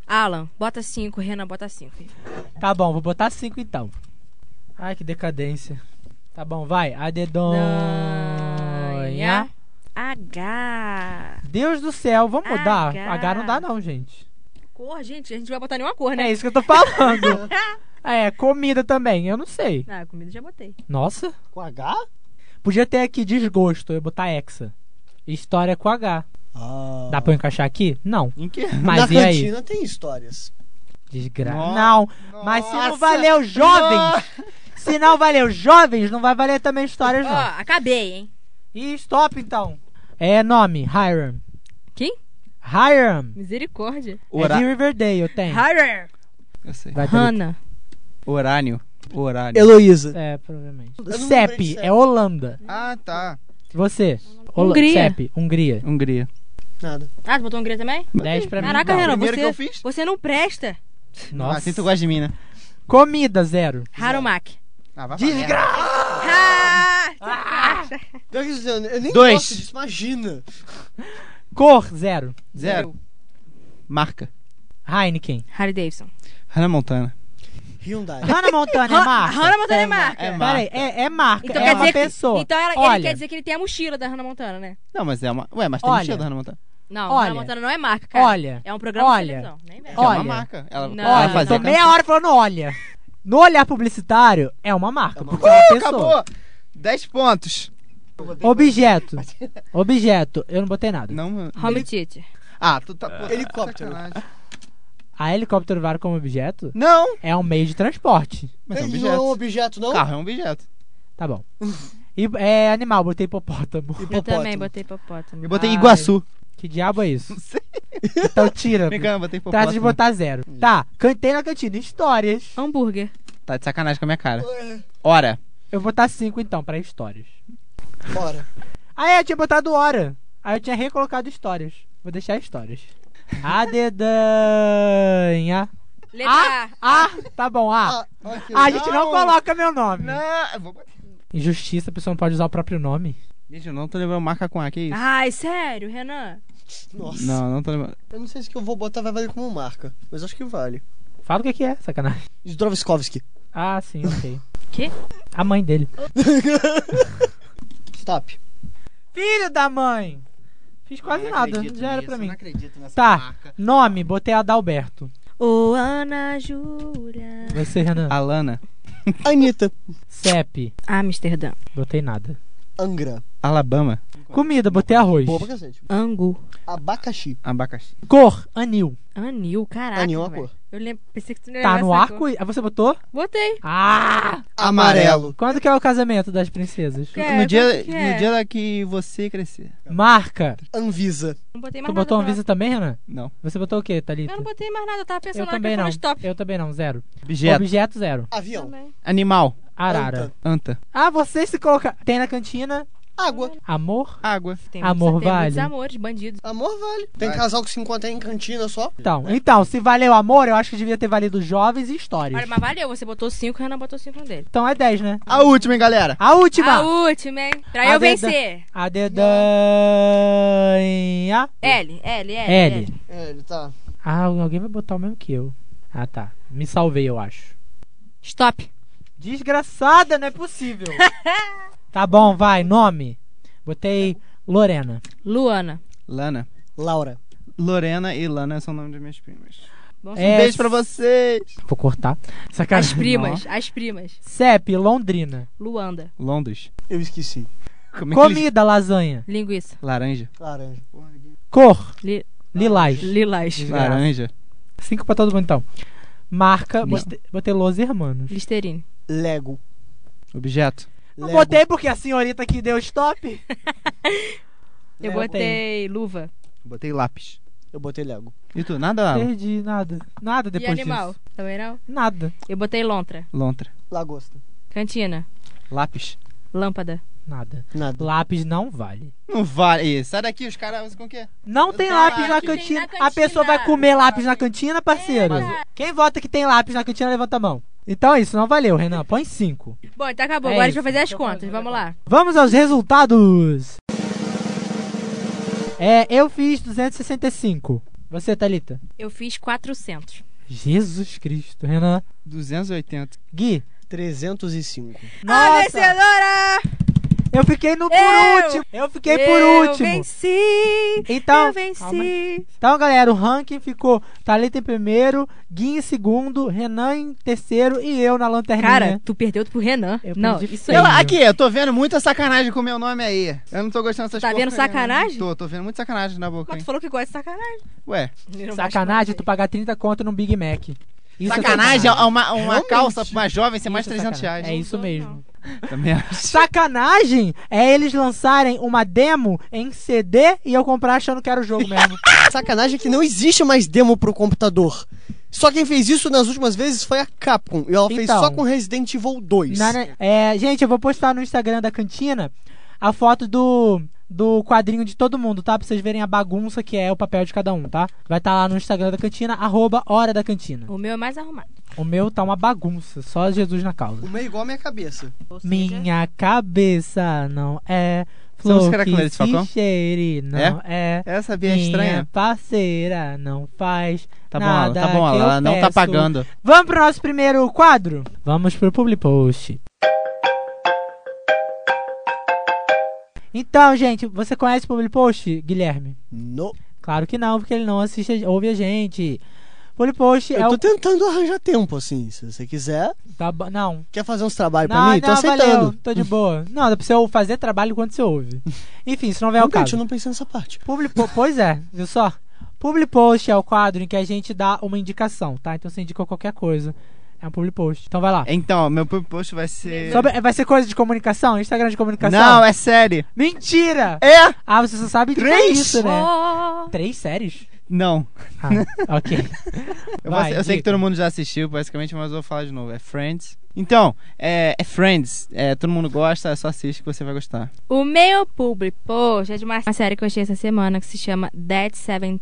[SPEAKER 2] Alan, bota 5. Renan, bota 5.
[SPEAKER 1] Tá bom, vou botar cinco então. Ai, que decadência. Tá bom, vai. A dedonha.
[SPEAKER 2] H.
[SPEAKER 1] Deus do céu, vamos mudar.
[SPEAKER 2] H.
[SPEAKER 1] H não dá não, gente.
[SPEAKER 2] Cor, gente, a gente não vai botar nenhuma cor, né?
[SPEAKER 1] É isso que eu tô
[SPEAKER 4] <laughs>
[SPEAKER 1] falando. É, comida também, eu não sei.
[SPEAKER 2] Ah, comida já botei.
[SPEAKER 1] Nossa.
[SPEAKER 5] Com H?
[SPEAKER 1] Podia ter aqui desgosto, eu ia botar hexa. História com H.
[SPEAKER 5] Ah.
[SPEAKER 1] Dá pra eu encaixar aqui? Não.
[SPEAKER 4] Em que?
[SPEAKER 1] Mas
[SPEAKER 5] Na
[SPEAKER 1] e aí?
[SPEAKER 5] cantina tem histórias.
[SPEAKER 1] Desgraça.
[SPEAKER 4] No-
[SPEAKER 1] Não. Mas se não
[SPEAKER 4] Nossa.
[SPEAKER 1] valeu jovens, se não valeu jovens, não vai valer também histórias,
[SPEAKER 2] Ó,
[SPEAKER 1] não.
[SPEAKER 2] acabei, hein?
[SPEAKER 1] E stop então. É nome, Hiram.
[SPEAKER 2] Quem?
[SPEAKER 1] Hiram.
[SPEAKER 2] Misericórdia.
[SPEAKER 1] É de
[SPEAKER 4] Ora...
[SPEAKER 1] Riverdale, tem.
[SPEAKER 2] Harder.
[SPEAKER 4] Eu sei.
[SPEAKER 1] Vai, Thalita.
[SPEAKER 2] Hannah.
[SPEAKER 4] Orânio. Orânio.
[SPEAKER 5] Heloísa.
[SPEAKER 1] É, provavelmente.
[SPEAKER 5] Eu não lembrei de
[SPEAKER 1] CEP,
[SPEAKER 5] CEP.
[SPEAKER 1] é Holanda.
[SPEAKER 4] Ah, tá.
[SPEAKER 1] Você.
[SPEAKER 2] Hungria.
[SPEAKER 1] CEP, Hungria.
[SPEAKER 4] Hungria.
[SPEAKER 5] Nada.
[SPEAKER 2] Ah, tu botou Hungria também?
[SPEAKER 1] 10 pra mim.
[SPEAKER 2] Caraca,
[SPEAKER 1] não.
[SPEAKER 2] Renan,
[SPEAKER 4] primeiro
[SPEAKER 2] você,
[SPEAKER 4] que eu fiz.
[SPEAKER 2] você não presta.
[SPEAKER 1] Nossa.
[SPEAKER 4] Ah, assim tu gosta de mim, né?
[SPEAKER 1] Comida, zero.
[SPEAKER 2] Harumak.
[SPEAKER 4] Ah, vai
[SPEAKER 1] Desgraça.
[SPEAKER 2] Ah!
[SPEAKER 5] Pior que isso, Eu eu nem
[SPEAKER 4] Dois.
[SPEAKER 5] gosto disso, imagina.
[SPEAKER 1] Cor, zero.
[SPEAKER 4] Zero. Marca.
[SPEAKER 2] <laughs>
[SPEAKER 1] Heineken.
[SPEAKER 2] Harry Davidson.
[SPEAKER 4] Hannah Montana.
[SPEAKER 5] Hyundai.
[SPEAKER 1] Hannah Montana é
[SPEAKER 2] Han-
[SPEAKER 1] marca.
[SPEAKER 2] Hannah Montana é marca.
[SPEAKER 4] É marca.
[SPEAKER 1] Peraí, é, é marca.
[SPEAKER 2] Então
[SPEAKER 1] é
[SPEAKER 2] quer
[SPEAKER 1] uma
[SPEAKER 2] dizer que-
[SPEAKER 1] pessoa.
[SPEAKER 2] Então ela-
[SPEAKER 1] Olha.
[SPEAKER 2] ele quer dizer que ele tem a mochila da Hannah Montana, né?
[SPEAKER 4] Não, mas é uma... Ué, mas tem
[SPEAKER 1] Olha.
[SPEAKER 4] mochila da Hannah Montana.
[SPEAKER 2] Não,
[SPEAKER 1] Olha.
[SPEAKER 2] Hannah Montana não é marca, cara.
[SPEAKER 1] Olha.
[SPEAKER 2] É um programa
[SPEAKER 1] Olha.
[SPEAKER 2] de televisão. Nem mesmo.
[SPEAKER 4] Que É
[SPEAKER 1] Olha.
[SPEAKER 4] uma marca. Ela,
[SPEAKER 2] Não.
[SPEAKER 4] ela
[SPEAKER 1] Olha,
[SPEAKER 4] fazia
[SPEAKER 1] tô meia hora falando olha. No olhar publicitário, é uma marca. porque é uma
[SPEAKER 4] Uh,
[SPEAKER 1] pessoa.
[SPEAKER 4] acabou. 10 pontos.
[SPEAKER 1] Objeto.
[SPEAKER 4] <laughs>
[SPEAKER 1] Objeto. Eu não botei nada.
[SPEAKER 4] Não,
[SPEAKER 2] Home Teacher.
[SPEAKER 4] Ah, tu tá. pô,
[SPEAKER 1] É.
[SPEAKER 4] tá
[SPEAKER 5] Helicóptero.
[SPEAKER 4] sacanagem.
[SPEAKER 1] A helicóptero vara como objeto
[SPEAKER 4] Não!
[SPEAKER 1] é um meio de transporte.
[SPEAKER 4] Mas é um
[SPEAKER 5] Ele
[SPEAKER 4] objeto.
[SPEAKER 5] não é um objeto, não?
[SPEAKER 4] Carro é um objeto.
[SPEAKER 1] Tá
[SPEAKER 4] <laughs>
[SPEAKER 1] bom. E é animal, botei hipopótamo.
[SPEAKER 2] Eu
[SPEAKER 5] Hipopótamo.
[SPEAKER 2] também botei hipopótamo.
[SPEAKER 4] Eu botei
[SPEAKER 1] Ai.
[SPEAKER 4] Iguaçu.
[SPEAKER 1] Que diabo é isso?
[SPEAKER 4] <laughs> Não sei.
[SPEAKER 1] Então tira.
[SPEAKER 4] <laughs> Me engano, eu botei
[SPEAKER 1] Trata
[SPEAKER 4] hipopótamo. Hum.
[SPEAKER 1] de botar zero. Tá, cantei na cantina. Histórias.
[SPEAKER 2] Ah, Hambúrguer.
[SPEAKER 4] Tá de sacanagem com a minha cara.
[SPEAKER 5] Ué,
[SPEAKER 4] Ora.
[SPEAKER 1] Eu vou botar cinco então, pra histórias.
[SPEAKER 5] É. Bora.
[SPEAKER 1] Aí eu tinha botado hora. Aí eu tinha recolocado histórias. Vou deixar
[SPEAKER 4] <laughs>
[SPEAKER 1] histórias. A dedanha.
[SPEAKER 2] Letra A.
[SPEAKER 1] Ah, tá bom, ah.
[SPEAKER 5] Ah, ok.
[SPEAKER 1] A gente não coloca meu nome.
[SPEAKER 4] Não, eu vou botar.
[SPEAKER 1] Injustiça, a pessoa não pode usar o próprio nome.
[SPEAKER 4] Gente, eu não tô lembrando marca com A, que isso?
[SPEAKER 2] Ai, sério, Renan?
[SPEAKER 5] Nossa.
[SPEAKER 4] Não, não tô lembrando.
[SPEAKER 5] Eu não sei se que eu vou botar vai valer como marca, mas acho que vale.
[SPEAKER 1] Fala o que que é, sacanagem.
[SPEAKER 5] Zdrovskovski.
[SPEAKER 1] Ah, sim, ok.
[SPEAKER 2] Quê?
[SPEAKER 1] A mãe dele.
[SPEAKER 5] Stop.
[SPEAKER 1] Filho da mãe! Fiz quase
[SPEAKER 4] Eu não
[SPEAKER 1] nada,
[SPEAKER 4] acredito
[SPEAKER 1] já era
[SPEAKER 4] nisso,
[SPEAKER 1] pra
[SPEAKER 4] eu
[SPEAKER 1] mim.
[SPEAKER 4] Não acredito nessa
[SPEAKER 1] Tá.
[SPEAKER 4] marca.
[SPEAKER 1] Nome, botei Adalberto.
[SPEAKER 2] Ô, Ana Júlia.
[SPEAKER 1] Você, Renan.
[SPEAKER 4] Alana.
[SPEAKER 5] Anitta.
[SPEAKER 1] CEP,
[SPEAKER 2] Ah, Amsterdã.
[SPEAKER 1] botei nada.
[SPEAKER 5] Angra.
[SPEAKER 4] Alabama.
[SPEAKER 1] Comida, botei arroz.
[SPEAKER 5] Boa pra cacete.
[SPEAKER 2] Angu.
[SPEAKER 5] Abacaxi.
[SPEAKER 4] Abacaxi.
[SPEAKER 1] Cor, anil.
[SPEAKER 2] Anil, caraca.
[SPEAKER 5] Anil é uma
[SPEAKER 2] velho.
[SPEAKER 5] cor.
[SPEAKER 2] Eu lembro, pensei que tu não ia
[SPEAKER 1] Tá
[SPEAKER 2] lembrar
[SPEAKER 1] no
[SPEAKER 2] É, essa cor.
[SPEAKER 1] arco? Ah, Você botou?
[SPEAKER 2] Botei.
[SPEAKER 1] Ah!
[SPEAKER 5] Amarelo.
[SPEAKER 1] Quando que é o casamento das princesas?
[SPEAKER 2] É,
[SPEAKER 4] no, dia,
[SPEAKER 2] quanto que é?
[SPEAKER 4] no dia da que você crescer.
[SPEAKER 1] Marca.
[SPEAKER 5] Anvisa.
[SPEAKER 2] Não botei mais
[SPEAKER 1] Tu
[SPEAKER 2] nada.
[SPEAKER 1] botou um
[SPEAKER 2] pra lá.
[SPEAKER 1] visa também, Renan?
[SPEAKER 4] Não.
[SPEAKER 1] Você botou o quê, Thalita?
[SPEAKER 2] Eu não botei mais nada, eu tava pensando
[SPEAKER 1] Eu
[SPEAKER 2] na hora
[SPEAKER 1] também
[SPEAKER 2] que eu
[SPEAKER 1] não.
[SPEAKER 2] falei stop.
[SPEAKER 1] Eu também não, zero.
[SPEAKER 4] Objeto.
[SPEAKER 1] Objeto, zero.
[SPEAKER 5] Avião.
[SPEAKER 2] Também.
[SPEAKER 4] Animal.
[SPEAKER 1] Arara.
[SPEAKER 4] Anta.
[SPEAKER 1] Ah, você se colocar. Tem na cantina.
[SPEAKER 5] Água.
[SPEAKER 1] Amor.
[SPEAKER 4] Água.
[SPEAKER 2] Tem
[SPEAKER 1] Amor
[SPEAKER 2] muitos- tem
[SPEAKER 1] vale?
[SPEAKER 2] muitos amores, bandidos.
[SPEAKER 5] Amor vale. Tem
[SPEAKER 4] Vai.
[SPEAKER 5] casal que se encontra em cantina só.
[SPEAKER 1] Então, então, se valeu amor, eu acho que devia ter valido jovens e histórias.
[SPEAKER 2] Olha, mas valeu, você botou 5, o Renan botou 5 no dele.
[SPEAKER 1] Então é 10, né?
[SPEAKER 4] A última, hein, galera?
[SPEAKER 1] A última!
[SPEAKER 2] A última, hein? Pra
[SPEAKER 1] A
[SPEAKER 2] eu
[SPEAKER 1] deda-
[SPEAKER 2] vencer.
[SPEAKER 1] A dedanha.
[SPEAKER 2] L, L, L.
[SPEAKER 1] L.
[SPEAKER 5] É, ele tá.
[SPEAKER 1] Ah, alguém vai botar o mesmo que eu. Ah, tá. Me salvei, eu acho.
[SPEAKER 2] Stop.
[SPEAKER 1] Desgraçada, não é
[SPEAKER 2] <laughs>
[SPEAKER 1] possível. tá bom, vai, nome. Botei Lorena.
[SPEAKER 2] Luana.
[SPEAKER 4] Lana.
[SPEAKER 5] Laura.
[SPEAKER 4] Lorena e Lana são o nome das minhas primas.
[SPEAKER 2] Bom,
[SPEAKER 1] É,
[SPEAKER 4] Um beijo pra vocês.
[SPEAKER 1] Vou cortar. Sacanagem.
[SPEAKER 2] As primas, as primas.
[SPEAKER 1] CEP, Londrina.
[SPEAKER 2] Luanda.
[SPEAKER 4] Londres.
[SPEAKER 5] Eu esqueci.
[SPEAKER 4] Como é que eles-
[SPEAKER 1] Comida, lasanha.
[SPEAKER 2] Linguiça.
[SPEAKER 4] Laranja.
[SPEAKER 5] Laranja.
[SPEAKER 1] Cor,
[SPEAKER 2] Li-
[SPEAKER 1] lilás.
[SPEAKER 2] Lilás.
[SPEAKER 1] Desgraça.
[SPEAKER 4] Laranja.
[SPEAKER 1] Cinco pra todo mundo, então. Marca,
[SPEAKER 4] Não.
[SPEAKER 1] bote- botei Los Hermanos.
[SPEAKER 2] Listerine.
[SPEAKER 5] Lego.
[SPEAKER 4] Objeto.
[SPEAKER 1] Não
[SPEAKER 5] Lego.
[SPEAKER 1] botei porque a senhorita que deu stop.
[SPEAKER 2] Eu
[SPEAKER 1] Lego.
[SPEAKER 2] botei luva.
[SPEAKER 4] Botei lápis.
[SPEAKER 5] Eu botei Lego.
[SPEAKER 4] E tu? Nada, Alan?
[SPEAKER 1] Perdi nada. Nada depois
[SPEAKER 2] e animal.
[SPEAKER 1] disso.
[SPEAKER 2] Também não?
[SPEAKER 1] Nada.
[SPEAKER 2] Eu botei lontra.
[SPEAKER 4] Lontra.
[SPEAKER 5] Lagosta.
[SPEAKER 2] Cantina.
[SPEAKER 4] Lápis.
[SPEAKER 2] Lâmpada.
[SPEAKER 1] Nada.
[SPEAKER 5] Nada.
[SPEAKER 1] Lápis não vale.
[SPEAKER 4] Não vale. Ih, Sai daqui, os caras usam com o quê?
[SPEAKER 1] Não
[SPEAKER 4] Eu
[SPEAKER 1] tem
[SPEAKER 4] tenho
[SPEAKER 1] lápis na
[SPEAKER 2] lápis na
[SPEAKER 1] cantina. A
[SPEAKER 2] cantina.
[SPEAKER 1] pessoa vai comer lápis na cantina, parceiro.
[SPEAKER 2] É, mas-
[SPEAKER 1] Quem vota que tem lápis na cantina, levanta a mão. Então é isso, não valeu, Renan. Põe cinco.
[SPEAKER 2] Bom, então acabou.
[SPEAKER 1] É
[SPEAKER 2] Agora a
[SPEAKER 1] isso.
[SPEAKER 2] gente vai fazer as
[SPEAKER 1] Então
[SPEAKER 2] contas.
[SPEAKER 1] vamos
[SPEAKER 2] Vamos lá.
[SPEAKER 1] Vamos aos resultados. É, eu fiz 265. Você, Thalita?
[SPEAKER 2] Eu fiz 400.
[SPEAKER 1] Jesus Cristo, Renan.
[SPEAKER 4] 280.
[SPEAKER 1] Gui.
[SPEAKER 5] 305.
[SPEAKER 2] A
[SPEAKER 1] Nossa,
[SPEAKER 2] vencedora!
[SPEAKER 1] eu fiquei no por
[SPEAKER 2] Ah, Eu!
[SPEAKER 1] último. Eu fiquei
[SPEAKER 2] eu
[SPEAKER 1] por último.
[SPEAKER 2] venci!
[SPEAKER 1] Então,
[SPEAKER 2] eu venci!
[SPEAKER 1] calma aí. então, galera, o ranking ficou Thalita em primeiro, Gui em segundo, Renan em terceiro e eu na lanterninha.
[SPEAKER 2] Cara, tu perdeu pro Renan.
[SPEAKER 1] Eu
[SPEAKER 2] não,
[SPEAKER 1] perdi
[SPEAKER 2] isso aí.
[SPEAKER 1] feio.
[SPEAKER 4] Eu, aqui, eu tô vendo muita sacanagem com o meu nome aí. Eu não tô gostando dessas
[SPEAKER 2] Tá vendo
[SPEAKER 4] porcaria,
[SPEAKER 2] sacanagem?
[SPEAKER 4] não. Tô, tô vendo muita sacanagem na boca,
[SPEAKER 2] Mas
[SPEAKER 4] hein.
[SPEAKER 2] tu falou que gosta de sacanagem.
[SPEAKER 4] Ué.
[SPEAKER 1] sacanagem tu pagar 30 conto num Big Mac. Isso é
[SPEAKER 4] sacanagem é uma, uma
[SPEAKER 1] Realmente.
[SPEAKER 4] calça pra uma jovem ser mais
[SPEAKER 1] Isso é
[SPEAKER 4] 300
[SPEAKER 1] sacanagem. É
[SPEAKER 4] reais.
[SPEAKER 1] isso
[SPEAKER 2] Não,
[SPEAKER 1] mesmo.
[SPEAKER 2] não.
[SPEAKER 4] Também acho.
[SPEAKER 1] Sacanagem é eles lançarem uma demo em CD e eu comprar achando que era o jogo mesmo.
[SPEAKER 5] Sacanagem que não existe mais demo pro computador. Só quem fez isso nas últimas vezes foi a Capcom. E ela fez
[SPEAKER 1] Então.
[SPEAKER 5] só com Resident Evil 2.
[SPEAKER 1] Na- na- é, gente, eu vou postar no Instagram da cantina a foto do, do quadrinho de todo mundo, tá? Pra vocês verem a bagunça que é o papel de cada um, tá? Vai estar lá no Instagram da cantina, arroba Hora da Cantina.
[SPEAKER 2] O meu é mais arrumado.
[SPEAKER 1] O meu tá uma bagunça, só Jesus na causa.
[SPEAKER 5] O meu é igual a minha cabeça.
[SPEAKER 2] Ou seja,
[SPEAKER 1] Minha cabeça não é
[SPEAKER 4] Essa música
[SPEAKER 1] flor
[SPEAKER 4] era com
[SPEAKER 1] que
[SPEAKER 4] Clarice Falcão?
[SPEAKER 1] se cheire, não é.
[SPEAKER 4] Essa bia é
[SPEAKER 1] Minha
[SPEAKER 4] estranha.
[SPEAKER 1] parceira não faz
[SPEAKER 4] Tá bom, Alan,
[SPEAKER 1] nada
[SPEAKER 4] tá bom,
[SPEAKER 1] que
[SPEAKER 4] Alan,
[SPEAKER 1] eu
[SPEAKER 4] ela não tá
[SPEAKER 1] peço.
[SPEAKER 4] pagando.
[SPEAKER 1] Vamos pro nosso primeiro quadro? Vamos pro Public Post. Então, gente, você conhece o Public Post, Guilherme?
[SPEAKER 5] No.
[SPEAKER 1] Claro que não, porque ele não assiste, ouve a gente. Public Post é
[SPEAKER 5] Eu tô
[SPEAKER 1] o...
[SPEAKER 5] tentando arranjar tempo, assim. Se você quiser,
[SPEAKER 1] Tá bo- não,
[SPEAKER 5] quer fazer uns trabalhos É pra
[SPEAKER 1] não,
[SPEAKER 5] mim? tô
[SPEAKER 1] não, valeu,
[SPEAKER 5] aceitando.
[SPEAKER 1] tô de boa. Não, dá pra você fazer trabalho enquanto você
[SPEAKER 5] <laughs>
[SPEAKER 1] ouve. Enfim, isso não vai ao
[SPEAKER 5] Realmente,
[SPEAKER 1] É caso.
[SPEAKER 5] eu não pensei nessa parte.
[SPEAKER 1] Publi po- pois é, viu só? Publi post é o quadro em que a gente dá uma indicação, tá? Então você indica qualquer coisa. É um publi post. Então vai lá.
[SPEAKER 4] Então, meu pub post vai ser.
[SPEAKER 1] Sobre- é, vai ser coisa de comunicação? Instagram de comunicação?
[SPEAKER 4] Não, é série.
[SPEAKER 1] Mentira!
[SPEAKER 4] É?
[SPEAKER 1] Ah, você só sabe de
[SPEAKER 4] Três?
[SPEAKER 1] isso, né?
[SPEAKER 2] Oh,
[SPEAKER 1] Três séries?
[SPEAKER 4] Não. <laughs>
[SPEAKER 1] Ah, ok.
[SPEAKER 4] Eu,
[SPEAKER 1] Vai,
[SPEAKER 4] vou- eu sei que
[SPEAKER 1] diga.
[SPEAKER 4] todo mundo já assistiu, basicamente, mas eu vou falar de novo. É Friends. Então, é, é Friends. É, todo mundo gosta, é só assiste que você vai gostar.
[SPEAKER 2] o meu public post é de uma uma série que eu achei essa semana que se chama Dead 70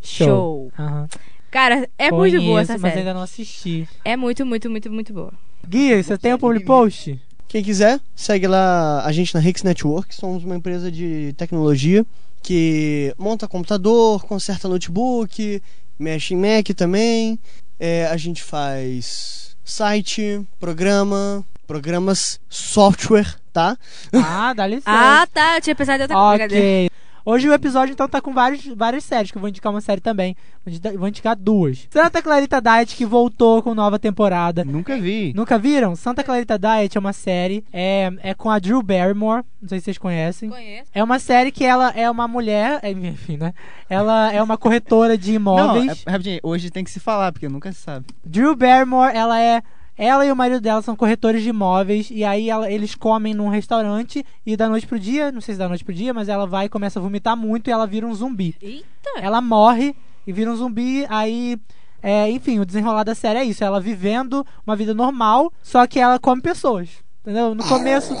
[SPEAKER 2] Show.
[SPEAKER 1] Aham.
[SPEAKER 2] Cara, é muito boa
[SPEAKER 1] Conheço,
[SPEAKER 2] essa
[SPEAKER 1] mas
[SPEAKER 2] série.
[SPEAKER 1] ainda não assisti.
[SPEAKER 2] É muito, muito, muito, muito boa.
[SPEAKER 1] Gui, você tem o publi post?
[SPEAKER 5] Quem quiser, segue lá a gente na Hicks Network. Somos uma empresa de tecnologia que monta computador, conserta notebook, mexe em Mac também. É, a gente faz site, programa, programas, software, tá?
[SPEAKER 1] Ah,
[SPEAKER 2] <laughs>
[SPEAKER 1] dá licença.
[SPEAKER 2] Ah, tá. Eu tinha pensado em outra coisa. Cadê?
[SPEAKER 1] Ok. Hoje o episódio então tá com vários, várias séries, que eu vou indicar uma série também. Vou indi- Vou indicar duas. Santa Clarita Diet, que voltou com nova temporada.
[SPEAKER 4] Nunca vi.
[SPEAKER 1] Nunca viram? Santa Clarita Diet é uma série. É, é com a Drew Barrymore. Não sei se vocês conhecem.
[SPEAKER 2] Conheço.
[SPEAKER 1] É uma série que ela é uma mulher. é, Enfim, né? Ela é uma corretora de imóveis.
[SPEAKER 4] Não, é- rapidinho, hoje tem que se falar, porque nunca se sabe.
[SPEAKER 1] Drew Barrymore, ela é. Ela e o marido dela são corretores de imóveis. E aí ela- eles comem num restaurante. E da noite pro dia, não sei se da noite pro dia, mas ela vai e começa a vomitar muito e ela vira um zumbi.
[SPEAKER 2] Eita.
[SPEAKER 1] Ela morre e vira um zumbi, aí. é, enfim, o desenrolar da série é isso. Ela vivendo uma vida normal, só que ela come pessoas. Entendeu? No começo.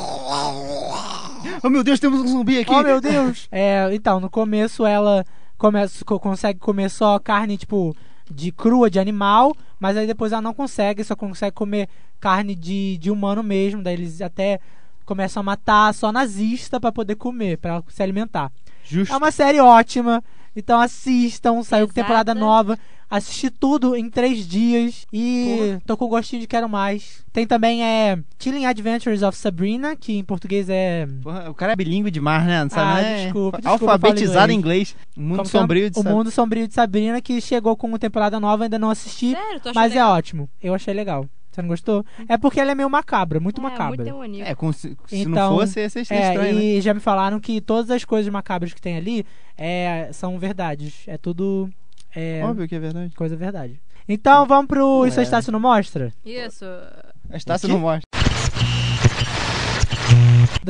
[SPEAKER 4] Oh meu Deus, temos um zumbi aqui.
[SPEAKER 1] Oh <laughs> meu Deus! É, então, no começo ela começa, co- consegue comer só carne, tipo, de crua de animal, mas aí depois ela não consegue, só consegue comer carne de, de humano mesmo. Daí eles até começam a matar só nazista pra poder comer, pra ela se alimentar.
[SPEAKER 4] Justo.
[SPEAKER 1] É uma série ótima. Então assistam, saiu
[SPEAKER 2] Exatamente.
[SPEAKER 1] temporada nova. Assisti tudo em três dias e tô com gostinho de quero mais. Tem também é Chilling Adventures of Sabrina, que em português é
[SPEAKER 4] Porra, o cara é bilíngue demais, né? Não sabe,
[SPEAKER 1] Ah,
[SPEAKER 4] né?
[SPEAKER 1] desculpa, desculpa,
[SPEAKER 4] Alfabetizado
[SPEAKER 1] fala
[SPEAKER 4] em inglês. é Muito
[SPEAKER 1] Como
[SPEAKER 4] sombrio
[SPEAKER 1] chama?
[SPEAKER 4] de
[SPEAKER 1] O
[SPEAKER 4] saber.
[SPEAKER 1] Mundo Sombrio de Sabrina, que chegou com temporada nova, ainda não assisti,
[SPEAKER 2] Sério, tô achando
[SPEAKER 1] mas é
[SPEAKER 2] legal.
[SPEAKER 1] ótimo. Eu achei legal. Você não gostou? É porque ela é meio macabra, muito
[SPEAKER 2] É, muito
[SPEAKER 1] macabra.
[SPEAKER 2] demoníaco.
[SPEAKER 4] É, como se, se
[SPEAKER 1] Então,
[SPEAKER 4] não fosse, ia ser
[SPEAKER 1] É,
[SPEAKER 4] estranho, né?
[SPEAKER 1] e já me falaram que todas as coisas macabras que tem ali é, são verdades. É tudo é,
[SPEAKER 4] Óbvio É. que é verdade.
[SPEAKER 1] coisa verdade. Então vamos pro Isso a Estácio não mostra?
[SPEAKER 2] Isso.
[SPEAKER 4] A Estácio não mostra.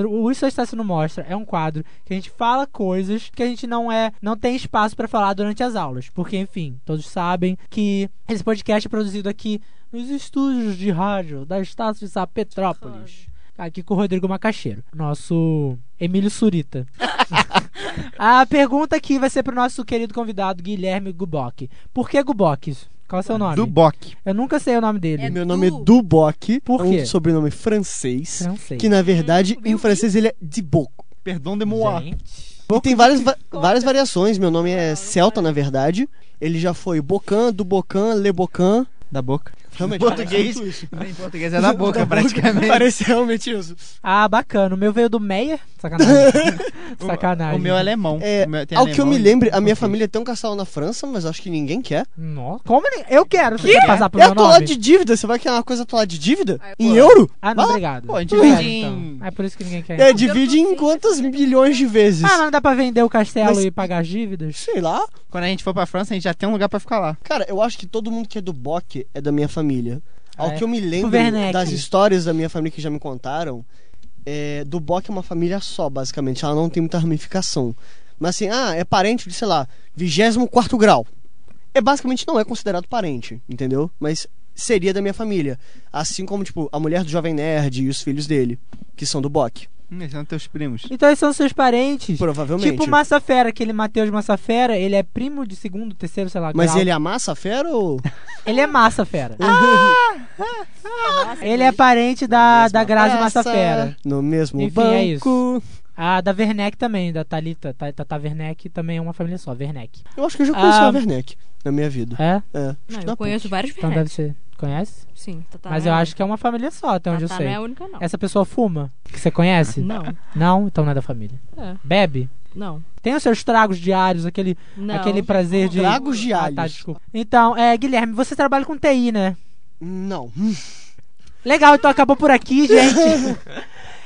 [SPEAKER 1] O Isso a Estácio não mostra é um quadro que a gente fala coisas que a gente não é, não tem espaço pra falar durante as aulas, porque enfim, todos sabem que esse podcast é produzido aqui nos estúdios de rádio da Estácio de Sá Petrópolis. Aqui com o Rodrigo Macaxeiro, nosso Emílio Surita. <laughs> a pergunta aqui vai ser pro nosso querido convidado Guilherme Guboc. Por que Guboc? Qual é o seu nome?
[SPEAKER 4] Do Bock.
[SPEAKER 1] Eu nunca sei o nome dele.
[SPEAKER 2] É
[SPEAKER 1] não
[SPEAKER 5] Meu nome é
[SPEAKER 2] Du.
[SPEAKER 5] Duboc.
[SPEAKER 1] Por
[SPEAKER 5] é um
[SPEAKER 1] quê?
[SPEAKER 5] sobrenome francês.
[SPEAKER 1] sei.
[SPEAKER 5] Que é na verdade,
[SPEAKER 2] Hum,
[SPEAKER 5] em
[SPEAKER 2] viu?
[SPEAKER 5] francês, ele é Duboc.
[SPEAKER 4] Perdão de moi.
[SPEAKER 1] Gente.
[SPEAKER 5] E tem várias, va- várias variações. Meu nome é Celta, na verdade. Ele já foi Bocan, Dubocan, Lebocan.
[SPEAKER 4] Da boca.
[SPEAKER 5] Realmente,
[SPEAKER 4] Português.
[SPEAKER 5] parece muito isso.
[SPEAKER 4] Em português é <laughs> da boca, <laughs> praticamente.
[SPEAKER 5] Parece realmente isso.
[SPEAKER 1] Ah, bacana. O meu veio do Meyer. Sacanagem. <laughs> Sacanagem. né?
[SPEAKER 4] O meu é alemão.
[SPEAKER 5] É,
[SPEAKER 4] O meu tem
[SPEAKER 5] Ao
[SPEAKER 4] alemão
[SPEAKER 5] que eu me
[SPEAKER 4] e
[SPEAKER 5] lembre, a minha
[SPEAKER 4] português.
[SPEAKER 5] família tem um castelo na França, mas acho que ninguém
[SPEAKER 1] É
[SPEAKER 5] quer.
[SPEAKER 1] Nossa. Como ele- Eu quero você quer passar pro
[SPEAKER 5] é
[SPEAKER 1] meu nome.
[SPEAKER 5] atolado de dívida. Você vai querer uma coisa atolada de dívida?
[SPEAKER 4] é
[SPEAKER 2] Aí,
[SPEAKER 5] em
[SPEAKER 2] pô.
[SPEAKER 5] euro?
[SPEAKER 1] Ah, não,
[SPEAKER 5] Vai lá.
[SPEAKER 1] obrigado.
[SPEAKER 4] Pô, a gente
[SPEAKER 1] Não quero,
[SPEAKER 4] divide em-
[SPEAKER 1] então. É por isso que ninguém quer.
[SPEAKER 5] É,
[SPEAKER 1] Ah,
[SPEAKER 5] divide em quantas milhões de vezes?
[SPEAKER 4] Ah,
[SPEAKER 1] mas não dá pra vender o castelo
[SPEAKER 5] Mas-
[SPEAKER 1] e pagar as dívidas?
[SPEAKER 5] Sei lá.
[SPEAKER 4] Quando a gente for pra França, a gente já tem um lugar pra ficar lá.
[SPEAKER 5] Cara, eu acho que todo mundo que é do Boc é da minha família. Ao
[SPEAKER 1] É.
[SPEAKER 5] que eu me lembro
[SPEAKER 1] O Werneck.
[SPEAKER 5] das histórias da minha família que já me contaram, é, do Boc é uma família só, basicamente. Ela não tem muita ramificação. Mas assim, ah, é parente de, sei lá, 24 grau. É basicamente não é considerado parente, entendeu? Mas seria da minha família. Assim como, tipo, a mulher do Jovem Nerd e os filhos dele, que são do Boc.
[SPEAKER 4] Hum, esses são teus primos.
[SPEAKER 1] Então esses são seus parentes.
[SPEAKER 5] Provavelmente.
[SPEAKER 1] Tipo o Massafera, aquele Matheus Massafera, ele é primo de segundo, terceiro, sei lá.
[SPEAKER 5] Mas
[SPEAKER 1] grau.
[SPEAKER 5] ele é- amassa a fera ou.
[SPEAKER 1] Ele é Massafera. <laughs> ele é parente da, da Grazi Massafera.
[SPEAKER 5] No mesmo
[SPEAKER 1] Enfim,
[SPEAKER 5] banco.
[SPEAKER 1] é isso. A Ah, da Werneck também, da Thalita. Ta- Tata Werneck também é uma família só, Werneck.
[SPEAKER 5] Eu acho que eu já conheci
[SPEAKER 1] Ah.
[SPEAKER 5] a Werneck na minha vida.
[SPEAKER 1] É?
[SPEAKER 5] É, acho
[SPEAKER 2] Não,
[SPEAKER 5] que
[SPEAKER 2] eu
[SPEAKER 5] dá
[SPEAKER 2] conheço vários
[SPEAKER 1] Então deve
[SPEAKER 2] Werneck.
[SPEAKER 1] ser. Conhece?
[SPEAKER 2] Sim, tá, Tatá.
[SPEAKER 1] Mas eu acho que é uma família só, até onde eu sei. assim, tá.
[SPEAKER 2] não é a única, não.
[SPEAKER 1] Essa pessoa fuma? Que você conhece?
[SPEAKER 2] Não,
[SPEAKER 1] Não? Então não é da família.
[SPEAKER 2] É.
[SPEAKER 1] Bebe?
[SPEAKER 2] não,
[SPEAKER 1] Tem os seus tragos diários, aquele,
[SPEAKER 2] não.
[SPEAKER 1] aquele prazer de.
[SPEAKER 5] Tragos
[SPEAKER 1] Ah,
[SPEAKER 5] diários.
[SPEAKER 1] tá, desculpa. Então, é, Guilherme, você trabalha com TI, né?
[SPEAKER 5] Não.
[SPEAKER 1] Legal, então acabou por
[SPEAKER 5] <laughs>
[SPEAKER 1] aqui, gente.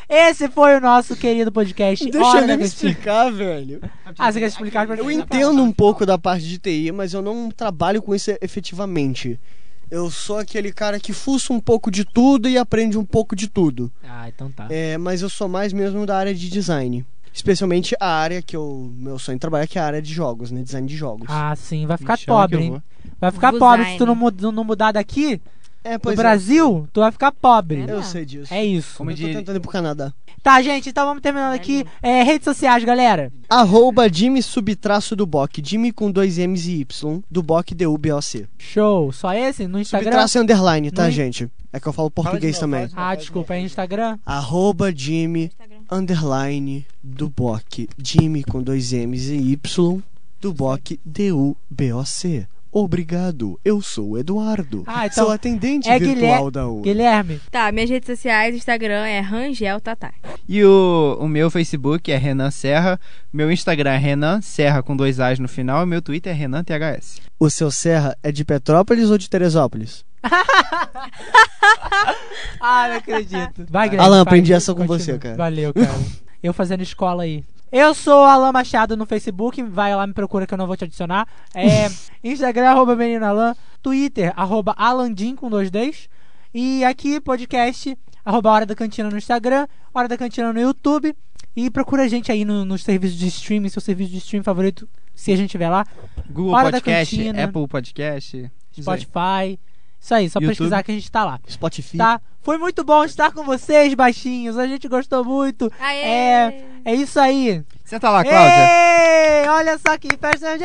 [SPEAKER 1] Esse foi o nosso querido podcast.
[SPEAKER 5] Deixa
[SPEAKER 1] Hora
[SPEAKER 5] ele
[SPEAKER 1] da
[SPEAKER 5] me
[SPEAKER 1] Gatinha.
[SPEAKER 5] explicar, velho.
[SPEAKER 1] Ah, você quer explicar pra
[SPEAKER 5] Eu entendo um pouco da parte de TI, mas eu não trabalho com isso efetivamente. Eu sou aquele cara que fuça um pouco de tudo e aprende um pouco de tudo.
[SPEAKER 1] Ah, então tá.
[SPEAKER 5] É, mas eu sou mais mesmo da área de design. Especialmente a área que eu. Meu sonho de trabalhar, que é a área de jogos, né? Design de jogos.
[SPEAKER 1] Ah, sim, vai ficar
[SPEAKER 4] Me chama que eu
[SPEAKER 1] pobre, hein?
[SPEAKER 4] vou.
[SPEAKER 1] Vai ficar
[SPEAKER 2] Design.
[SPEAKER 1] pobre se tu não, mud- não mudar daqui
[SPEAKER 5] é,
[SPEAKER 1] do
[SPEAKER 5] pois
[SPEAKER 1] Brasil, tu vai ficar pobre.
[SPEAKER 5] é. Eu sei disso.
[SPEAKER 1] É isso.
[SPEAKER 4] Como
[SPEAKER 5] eu tô
[SPEAKER 4] diria-
[SPEAKER 5] tentando ir pro Canadá.
[SPEAKER 1] Tá, gente, então vamos terminando aqui. É, redes sociais, galera.
[SPEAKER 5] Arroba Jimmy subtraço do Boc. Jimmy com dois M's e Y. Do Boc D-U-B-O-C.
[SPEAKER 1] Show. Só esse? No Instagram?
[SPEAKER 5] Subtraço é underline, tá,
[SPEAKER 1] No in-
[SPEAKER 5] gente? É que eu
[SPEAKER 4] Fala
[SPEAKER 5] falo
[SPEAKER 4] de
[SPEAKER 5] português
[SPEAKER 4] novo, fala
[SPEAKER 5] também.
[SPEAKER 4] de novo,
[SPEAKER 1] Ah,
[SPEAKER 4] fala de
[SPEAKER 1] desculpa,
[SPEAKER 4] novo.
[SPEAKER 1] é Instagram?
[SPEAKER 5] Arroba Jimmy
[SPEAKER 2] Instagram.
[SPEAKER 5] underline do Boc. Jimmy com dois M's e Y. Do Boc D-U-B-O-C. Obrigado, eu sou o Eduardo.
[SPEAKER 1] Ah, então
[SPEAKER 5] sou atendente
[SPEAKER 1] é
[SPEAKER 5] virtual da U.
[SPEAKER 1] Guilherme,
[SPEAKER 2] Tá, minhas redes sociais, Instagram é Rangel Tatá.
[SPEAKER 4] E o, o meu Facebook é Renan Serra. Meu Instagram é Renan Serra com dois A's no final. E meu Twitter é Renan THS.
[SPEAKER 5] O seu Serra é de Petrópolis ou de Teresópolis?
[SPEAKER 1] Ah, não acredito. Vai, Guilherme.
[SPEAKER 5] Alan,
[SPEAKER 1] vai.
[SPEAKER 5] aprendi essa com
[SPEAKER 1] Continua.
[SPEAKER 5] você, cara.
[SPEAKER 1] Valeu, cara. Eu fazendo escola aí. Eu sou Alan Machado no Facebook, vai lá, me procura que eu não vou te adicionar. É, Instagram, arroba menino Alan. Twitter, arroba Alandim com dois Ds. E aqui, podcast, arroba Hora da Cantina no Instagram, Hora da Cantina no YouTube. E procura a gente aí no- nos serviços de streaming, seu serviço de streaming favorito, se a gente tiver lá.
[SPEAKER 4] <laughs> Google
[SPEAKER 1] Hora da
[SPEAKER 4] Podcast,
[SPEAKER 1] Cantina. né?
[SPEAKER 4] Apple Podcast. isso aí.
[SPEAKER 1] Spotify. Isso aí, só
[SPEAKER 4] YouTube.
[SPEAKER 1] pesquisar que a gente tá lá.
[SPEAKER 5] Spotify.
[SPEAKER 1] Tá? Foi muito bom estar com vocês, baixinhos. A gente gostou muito.
[SPEAKER 2] Aê!
[SPEAKER 1] É, é isso aí.
[SPEAKER 4] Senta lá, Cláudia.
[SPEAKER 1] Ei, olha só que festa de.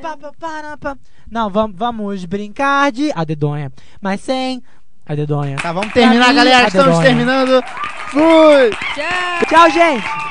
[SPEAKER 1] Pa, pa, para, pa. Não, vamos, vamos brincar de. A dedonha. Mas sem. A dedonha.
[SPEAKER 4] Tá, vamos terminar,
[SPEAKER 1] mim,
[SPEAKER 4] galera.
[SPEAKER 1] tá
[SPEAKER 4] Estamos
[SPEAKER 1] dedonha.
[SPEAKER 4] terminando. Fui!
[SPEAKER 2] Tchau!
[SPEAKER 1] Tchau, gente!